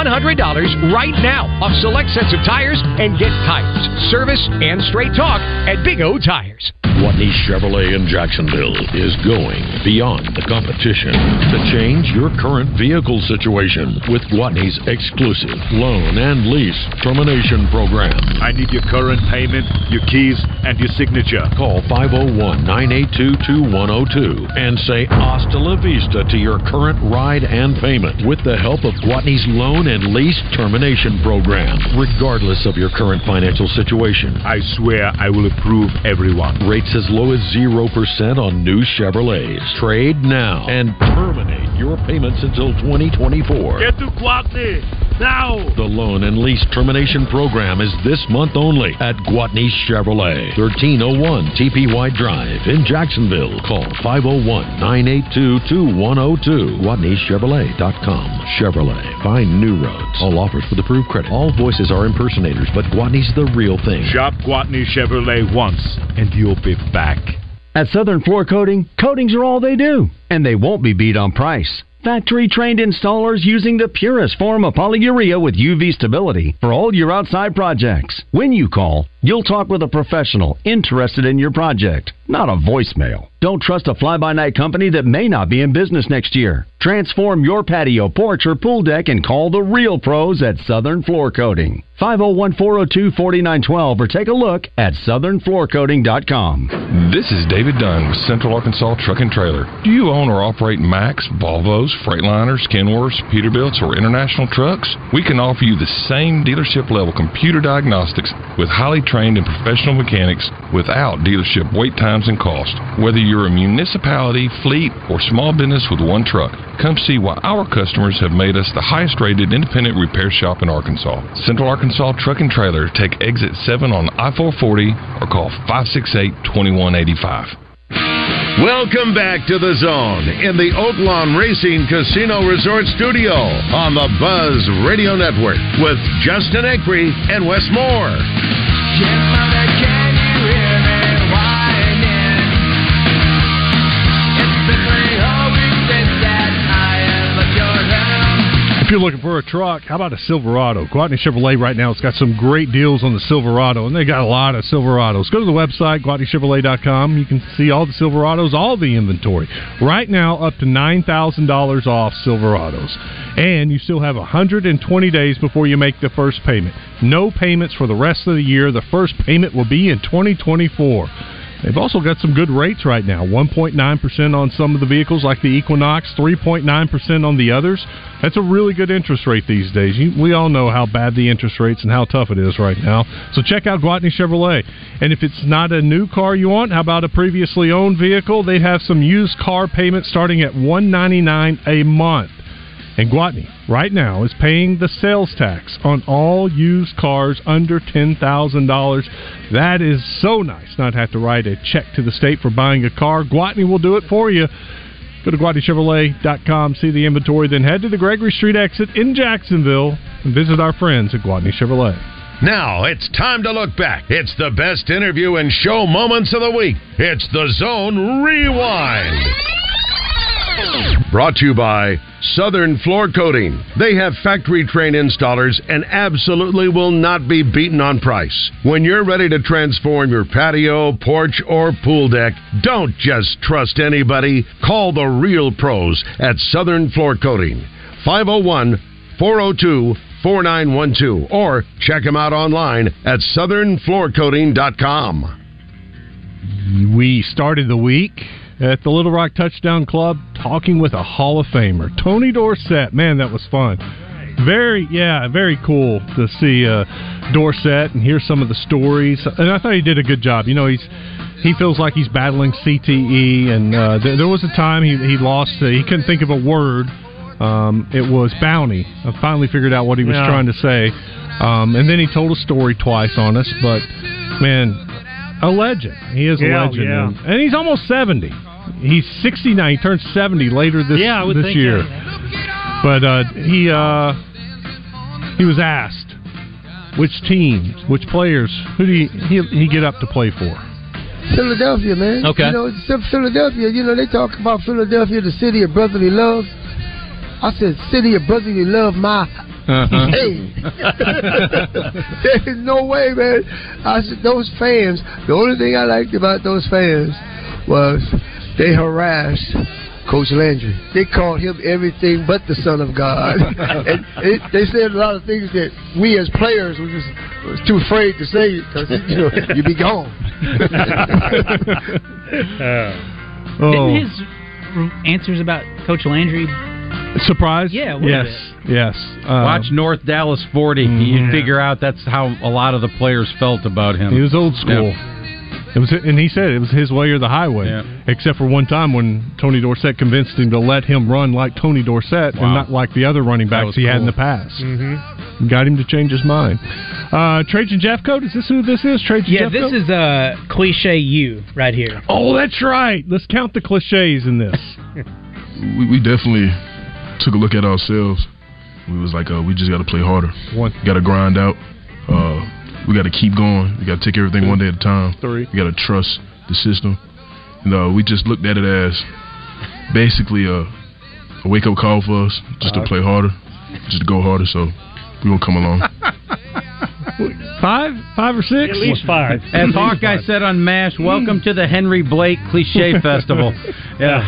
S12: right now off select sets of tires and get tires, service, and straight talk at Big O Tires.
S19: Watney Chevrolet in Jacksonville is going beyond the competition to change your current vehicle situation with Watney's exclusive loan and lease termination program. I need your current payment, your keys, and your signature. Call 501 982 2102 and say hasta la vista to your current ride and payment with the help of Guatney's loan and lease termination program, regardless of your current financial situation. I swear I will approve everyone. Rates as low as 0% on new Chevrolets. Trade now and terminate your payments until 2024.
S20: Get to Guatney now.
S19: The loan and lease termination program is this month only at Guatney Chevrolet, 1301 TPY Drive in Jacksonville. Call 501 982 2102, GuatneyChevrolet.com. Chevrolet, find new roads. All offers with approved credit. All voices are impersonators, but Guatney's the real thing.
S20: Shop Guatney Chevrolet once, and you'll be back.
S18: At Southern Floor Coating, coatings are all they do, and they won't be beat on price. Factory trained installers using the purest form of polyurea with UV stability for all your outside projects. When you call, you'll talk with a professional interested in your project, not a voicemail. Don't trust a fly by night company that may not be in business next year. Transform your patio, porch, or pool deck and call the real pros at Southern Floor Coating. 501 402 4912 or take a look at southernfloorcoating.com.
S21: This is David Dunn with Central Arkansas Truck and Trailer. Do you own or operate Max, Volvos, Freightliners, Kenworths, Peterbilts, or international trucks? We can offer you the same dealership level computer diagnostics with highly trained and professional mechanics without dealership wait times and cost. Whether you're a municipality, fleet, or small business with one truck, come see why our customers have made us the highest rated independent repair shop in Arkansas. Central Arkansas Truck and Trailer. Take exit 7 on I 440 or call 568 2185.
S2: Welcome back to the zone in the Oaklawn Racing Casino Resort Studio on the Buzz Radio Network with Justin Eckery and Wes Moore.
S1: Can you hear me whining? It's the
S3: If you're looking for a truck, how about a Silverado? Guadney Chevrolet right now, it's got some great deals on the Silverado, and they got a lot of Silverados. Go to the website, GuadneyChevrolet.com. You can see all the Silverados, all the inventory. Right now, up to $9,000 off Silverados. And you still have 120 days before you make the first payment. No payments for the rest of the year. The first payment will be in 2024. They've also got some good rates right now 1.9% on some of the vehicles, like the Equinox, 3.9% on the others. That's a really good interest rate these days. You, we all know how bad the interest rates and how tough it is right now. So check out Guatney Chevrolet. And if it's not a new car you want, how about a previously owned vehicle? They have some used car payments starting at 199 a month. And Guatney, right now, is paying the sales tax on all used cars under $10,000. That is so nice not have to write a check to the state for buying a car. Guatney will do it for you. Go to GuatneyChevrolet.com, see the inventory, then head to the Gregory Street exit in Jacksonville and visit our friends at Guatney Chevrolet.
S2: Now it's time to look back. It's the best interview and show moments of the week. It's the Zone Rewind. Brought to you by Southern Floor Coating. They have factory trained installers and absolutely will not be beaten on price. When you're ready to transform your patio, porch, or pool deck, don't just trust anybody. Call the real pros at Southern Floor Coating. 501 402 4912 or check them out online at southernfloorcoating.com.
S3: We started the week at the Little Rock Touchdown Club talking with a Hall of Famer, Tony Dorsett. Man, that was fun. Very, yeah, very cool to see uh, Dorsett and hear some of the stories. And I thought he did a good job. You know, he's he feels like he's battling CTE, and uh, th- there was a time he he lost. Uh, he couldn't think of a word. Um, it was bounty. I finally figured out what he was
S4: Yeah.
S3: trying to say, um, and then he told a story twice on us. But man, a legend. He is
S4: Yeah,
S3: a legend.
S4: yeah.
S3: And- And he's almost 70. He's 69. He turns 70 later this,
S4: Yeah, I would
S3: this
S4: think
S3: year. But uh, he uh, he was asked which teams, which players, who do you, he, he get up to play for?
S8: Philadelphia, man.
S3: Okay.
S8: You know, except Philadelphia, you know, they talk about Philadelphia, the city of brotherly love. I said, city of brotherly love, my.
S1: Uh-huh.
S8: Hey, there is no way, man. I said those fans. The only thing I liked about those fans was they harassed Coach Landry. They called him everything but the Son of God, and it, they said a lot of things that we as players were just was too afraid to say because you know you'd be gone.
S3: Oh.
S8: Oh.
S7: Didn't his r- answers about Coach Landry?
S3: Surprise?
S7: Yeah. what
S3: Yes,
S7: is it?
S3: yes. uh, Mm-hmm.
S6: Watch North Dallas 40. You figure out that's how a lot of the players felt about him.
S3: He was old school. It was, and he said it was his way or the highway. Except for one time when Tony Dorsett convinced him to let him run like Tony Dorsett and
S10: Wow.
S3: not like the other running backs
S10: was
S3: he had in
S10: cool.
S3: the past.
S6: Mm-hmm.
S3: Got him to change his mind. Uh, Trajan Jeffcoat, is this who this is? Trajan
S7: Yeah,
S3: Jeffcoat?
S7: this is uh, cliche you right here.
S3: Oh, that's right. Let's count the cliches in this.
S10: we, we definitely took a look at ourselves. We was like, uh, we just got to play harder.
S3: One.
S10: Got to grind out. Uh, we got to keep going. We got to take everything one day at a time.
S3: Three.
S10: We got to trust the system. And uh, we just looked at it as basically a, a wake up call for us, just to
S3: Five.
S10: play harder, just to go harder. So we gonna come along.
S3: Five, five or six?
S10: At least five. At
S6: As
S10: least
S6: Hawkeye
S10: five.
S6: said on MASH, welcome to the Henry Blake Cliche Festival. Yeah.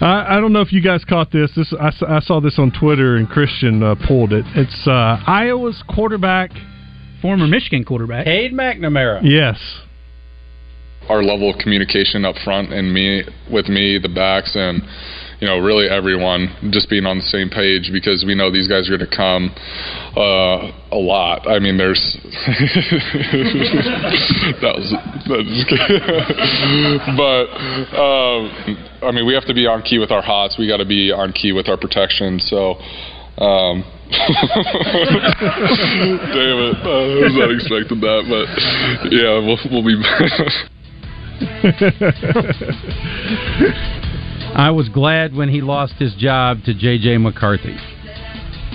S3: I, I don't know if you guys caught this. This I, s- I saw this on Twitter and Christian uh, pulled it. It's uh, Iowa's quarterback,
S7: former Michigan quarterback,
S6: Cade McNamara.
S3: Yes.
S22: our level of communication up front and me with me the backs and you know really everyone just being on the same page because we know these guys are going to come uh, a lot i mean there's that was that was but um, i mean we have to be on key with our hots we got to be on key with our protection so um, damn it i was not expecting that but yeah we'll, we'll be
S6: I was glad when he lost his job to J.J. McCarthy.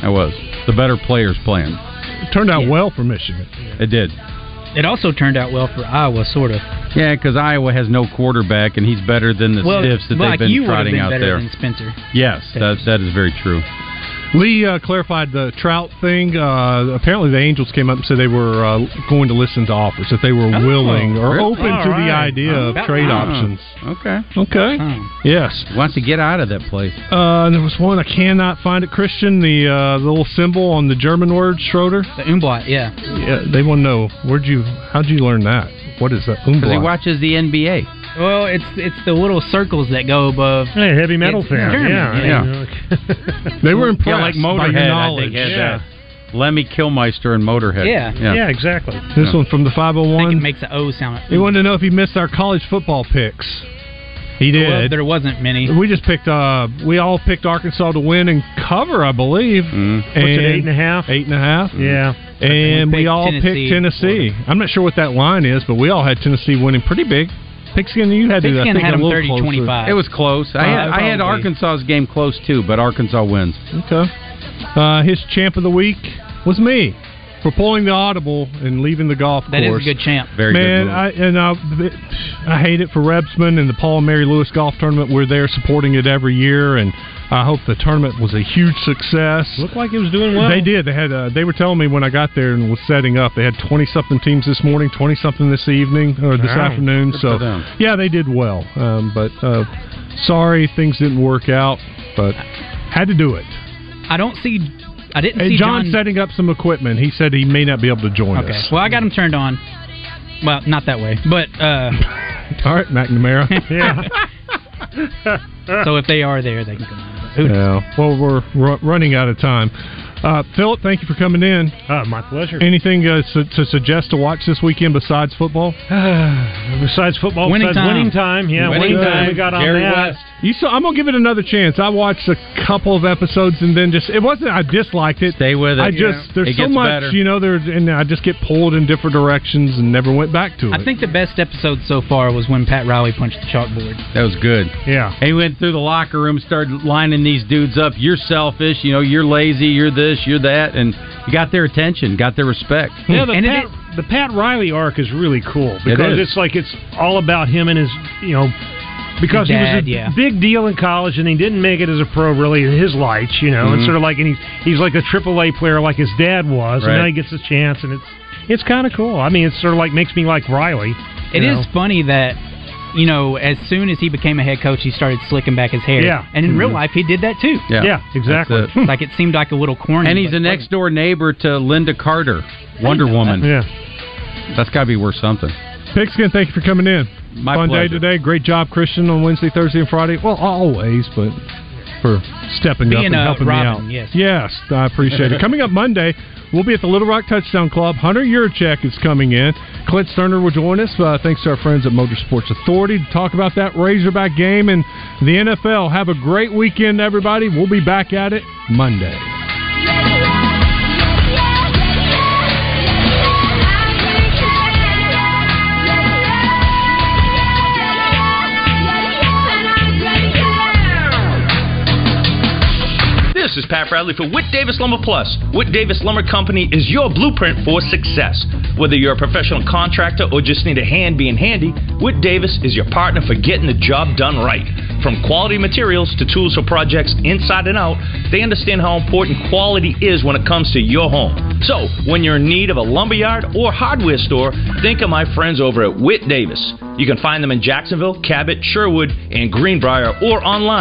S6: I was. The better players playing.
S3: It turned out well for Michigan.
S6: It did.
S7: It also turned out well for Iowa, sort of.
S6: Yeah, because Iowa has no quarterback, and he's better than the
S7: well,
S6: stiffs that
S7: like
S6: they've been
S7: you would have
S6: trotting
S7: been
S6: out
S7: better
S6: there.
S7: than Spencer.
S6: Yes, that, that is very true.
S3: Lee uh, clarified the Trout thing. Uh, apparently, the Angels came up and said they were uh, going to listen to offers if they were willing or
S6: Oh, really?
S3: open to
S6: All
S3: the
S6: right.
S3: idea of
S6: That-
S3: trade
S6: oh,
S3: options. Hmm.
S6: Okay.
S3: Okay.
S6: Hmm.
S3: Yes.
S6: Wants to get out of that place.
S3: Uh, and there was one I cannot find it, Christian. The uh, the little symbol on the German word Schroeder.
S7: The umlaut, yeah.
S3: Yeah, they want to know where'd you, how'd you learn that? What is that?
S6: Because he
S3: Umlaut.
S6: watches the NBA.
S7: Well, it's it's the little circles that go above.
S4: Hey, heavy metal fan,
S6: yeah,
S3: They were
S6: Yeah,
S3: impressed by
S6: like
S3: your
S6: Motorhead, I
S3: knowledge.
S6: think, had that. Lemmy Kilmeister and Motorhead.
S4: exactly.
S3: This
S6: Yeah.
S3: one from the five hundred one.
S7: Makes the O sound.
S3: He wanted to know if he missed our college football picks. He did.
S7: Well, there wasn't many.
S3: We just picked. Uh, we all picked Arkansas to win and cover, I believe. Mm.
S4: What's it, eight and a half?
S3: Eight and a half.
S4: Yeah.
S3: And we all picked Tennessee. I'm not sure what that line is, but we all had Tennessee winning pretty big. Pigskin, you had to I think, a little closer.
S6: It was close. I
S3: Uh,
S6: had, I had
S3: probably.
S6: Arkansas's game close too, but Arkansas wins.
S3: Okay. Uh, his champ of the week was me for pulling the audible and leaving the golf
S7: That is a
S3: course.
S7: good champ.
S6: Very
S3: Man, I, and I, I hate it for Rebsman and the Paul and Mary Lewis Golf Tournament. We're there supporting it every year, and I hope the tournament was a huge success.
S4: Looked like it was doing well.
S3: They did. They had. Uh, they were telling me when I got there and was setting up. They had twenty something teams this morning, twenty something this evening or this
S4: Wow.
S3: afternoon.
S4: Good
S3: so
S4: for them.
S3: yeah, they did well. Um, but uh, sorry, things didn't work out. But had to do it.
S7: I don't see. I didn't
S3: And
S7: see
S3: John's
S7: John.
S3: setting up some equipment. He said he may not be able to join
S7: okay.
S3: us.
S7: Well, I got him turned on. Well, not that way, but uh,
S3: All right, McNamara.
S7: so if they are there, they can come.
S3: Yeah. Well, we're ru- running out of time. Uh, Philip, thank you for coming in.
S4: Uh, my pleasure.
S3: Anything uh, su- to suggest to watch this weekend besides football?
S4: besides football, Winning besides time. winning time, yeah, Winning winning time. time. We got on Jerry that. West.
S3: You saw. I'm gonna give it another chance. I watched a couple of episodes and then just it wasn't. I disliked it. Stay
S6: with it.
S3: I just
S6: Yeah.
S3: there's
S6: It
S3: so
S6: gets
S3: much
S6: better.
S3: you know. There's and I just get pulled in different directions and never went back to it.
S7: I think the best episode so far was when Pat Riley punched the chalkboard.
S6: That was good.
S3: Yeah.
S6: He went through the locker room, started lining these dudes up. You're selfish. You know, you're lazy. You're this. You're that. And he got their attention, got their respect.
S4: Yeah, the Pat, the Pat Riley arc is really cool because
S6: is.
S4: it's like it's all about him and his, you know, because
S6: His
S4: he was
S6: dad,
S4: a
S6: yeah.
S4: big deal in college and he didn't make it as a pro really in his lights, you know, and
S6: Mhm.
S4: sort of like and he's he's like a AAA player like his dad was,
S7: Right.
S4: and now he gets his chance and it's it's kind of cool. I mean, it's sort of like makes me like Riley.
S7: It
S4: you know.
S7: is funny that you know, as soon as he became a head coach, he started slicking back his hair.
S4: Yeah.
S7: and in real
S6: Mhm.
S7: life, he did that too.
S6: Yeah. Yeah, exactly. That's it.
S7: like it seemed like a little corny.
S6: And he's
S7: but
S6: a
S7: it
S6: next door neighbor to Linda Carter, Wonder Woman.
S4: Yeah.
S6: That's got to be worth something.
S3: Pigskin, thank you for coming in.
S6: My
S3: Fun
S6: pleasure.
S3: day today. Great job, Christian, on Wednesday, Thursday, and Friday. Well, always, but for stepping up
S6: Being
S3: and
S6: a
S3: helping
S6: Robin,
S3: me out.
S6: yes.
S3: yes, I appreciate it. coming up Monday, we'll be at the Little Rock Touchdown Club. Hunter Yurchek is coming in. Clint Sterner will join us. Uh, thanks to our friends at Motorsports Authority to talk about that Razorback game and the NFL. Have a great weekend, everybody. We'll be back at it Monday.
S23: This is Pat Bradley for Whit Davis Lumber Plus. Whit Davis Lumber Company is your blueprint for success. Whether you're a professional contractor or just need a hand being handy, Whit Davis is your partner for getting the job done right. From quality materials to tools for projects inside and out, they understand how important quality is when it comes to your home. So, when you're in need of a lumberyard or hardware store, think of my friends over at Whit Davis. You can find them in Jacksonville, Cabot, Sherwood, and Greenbrier or online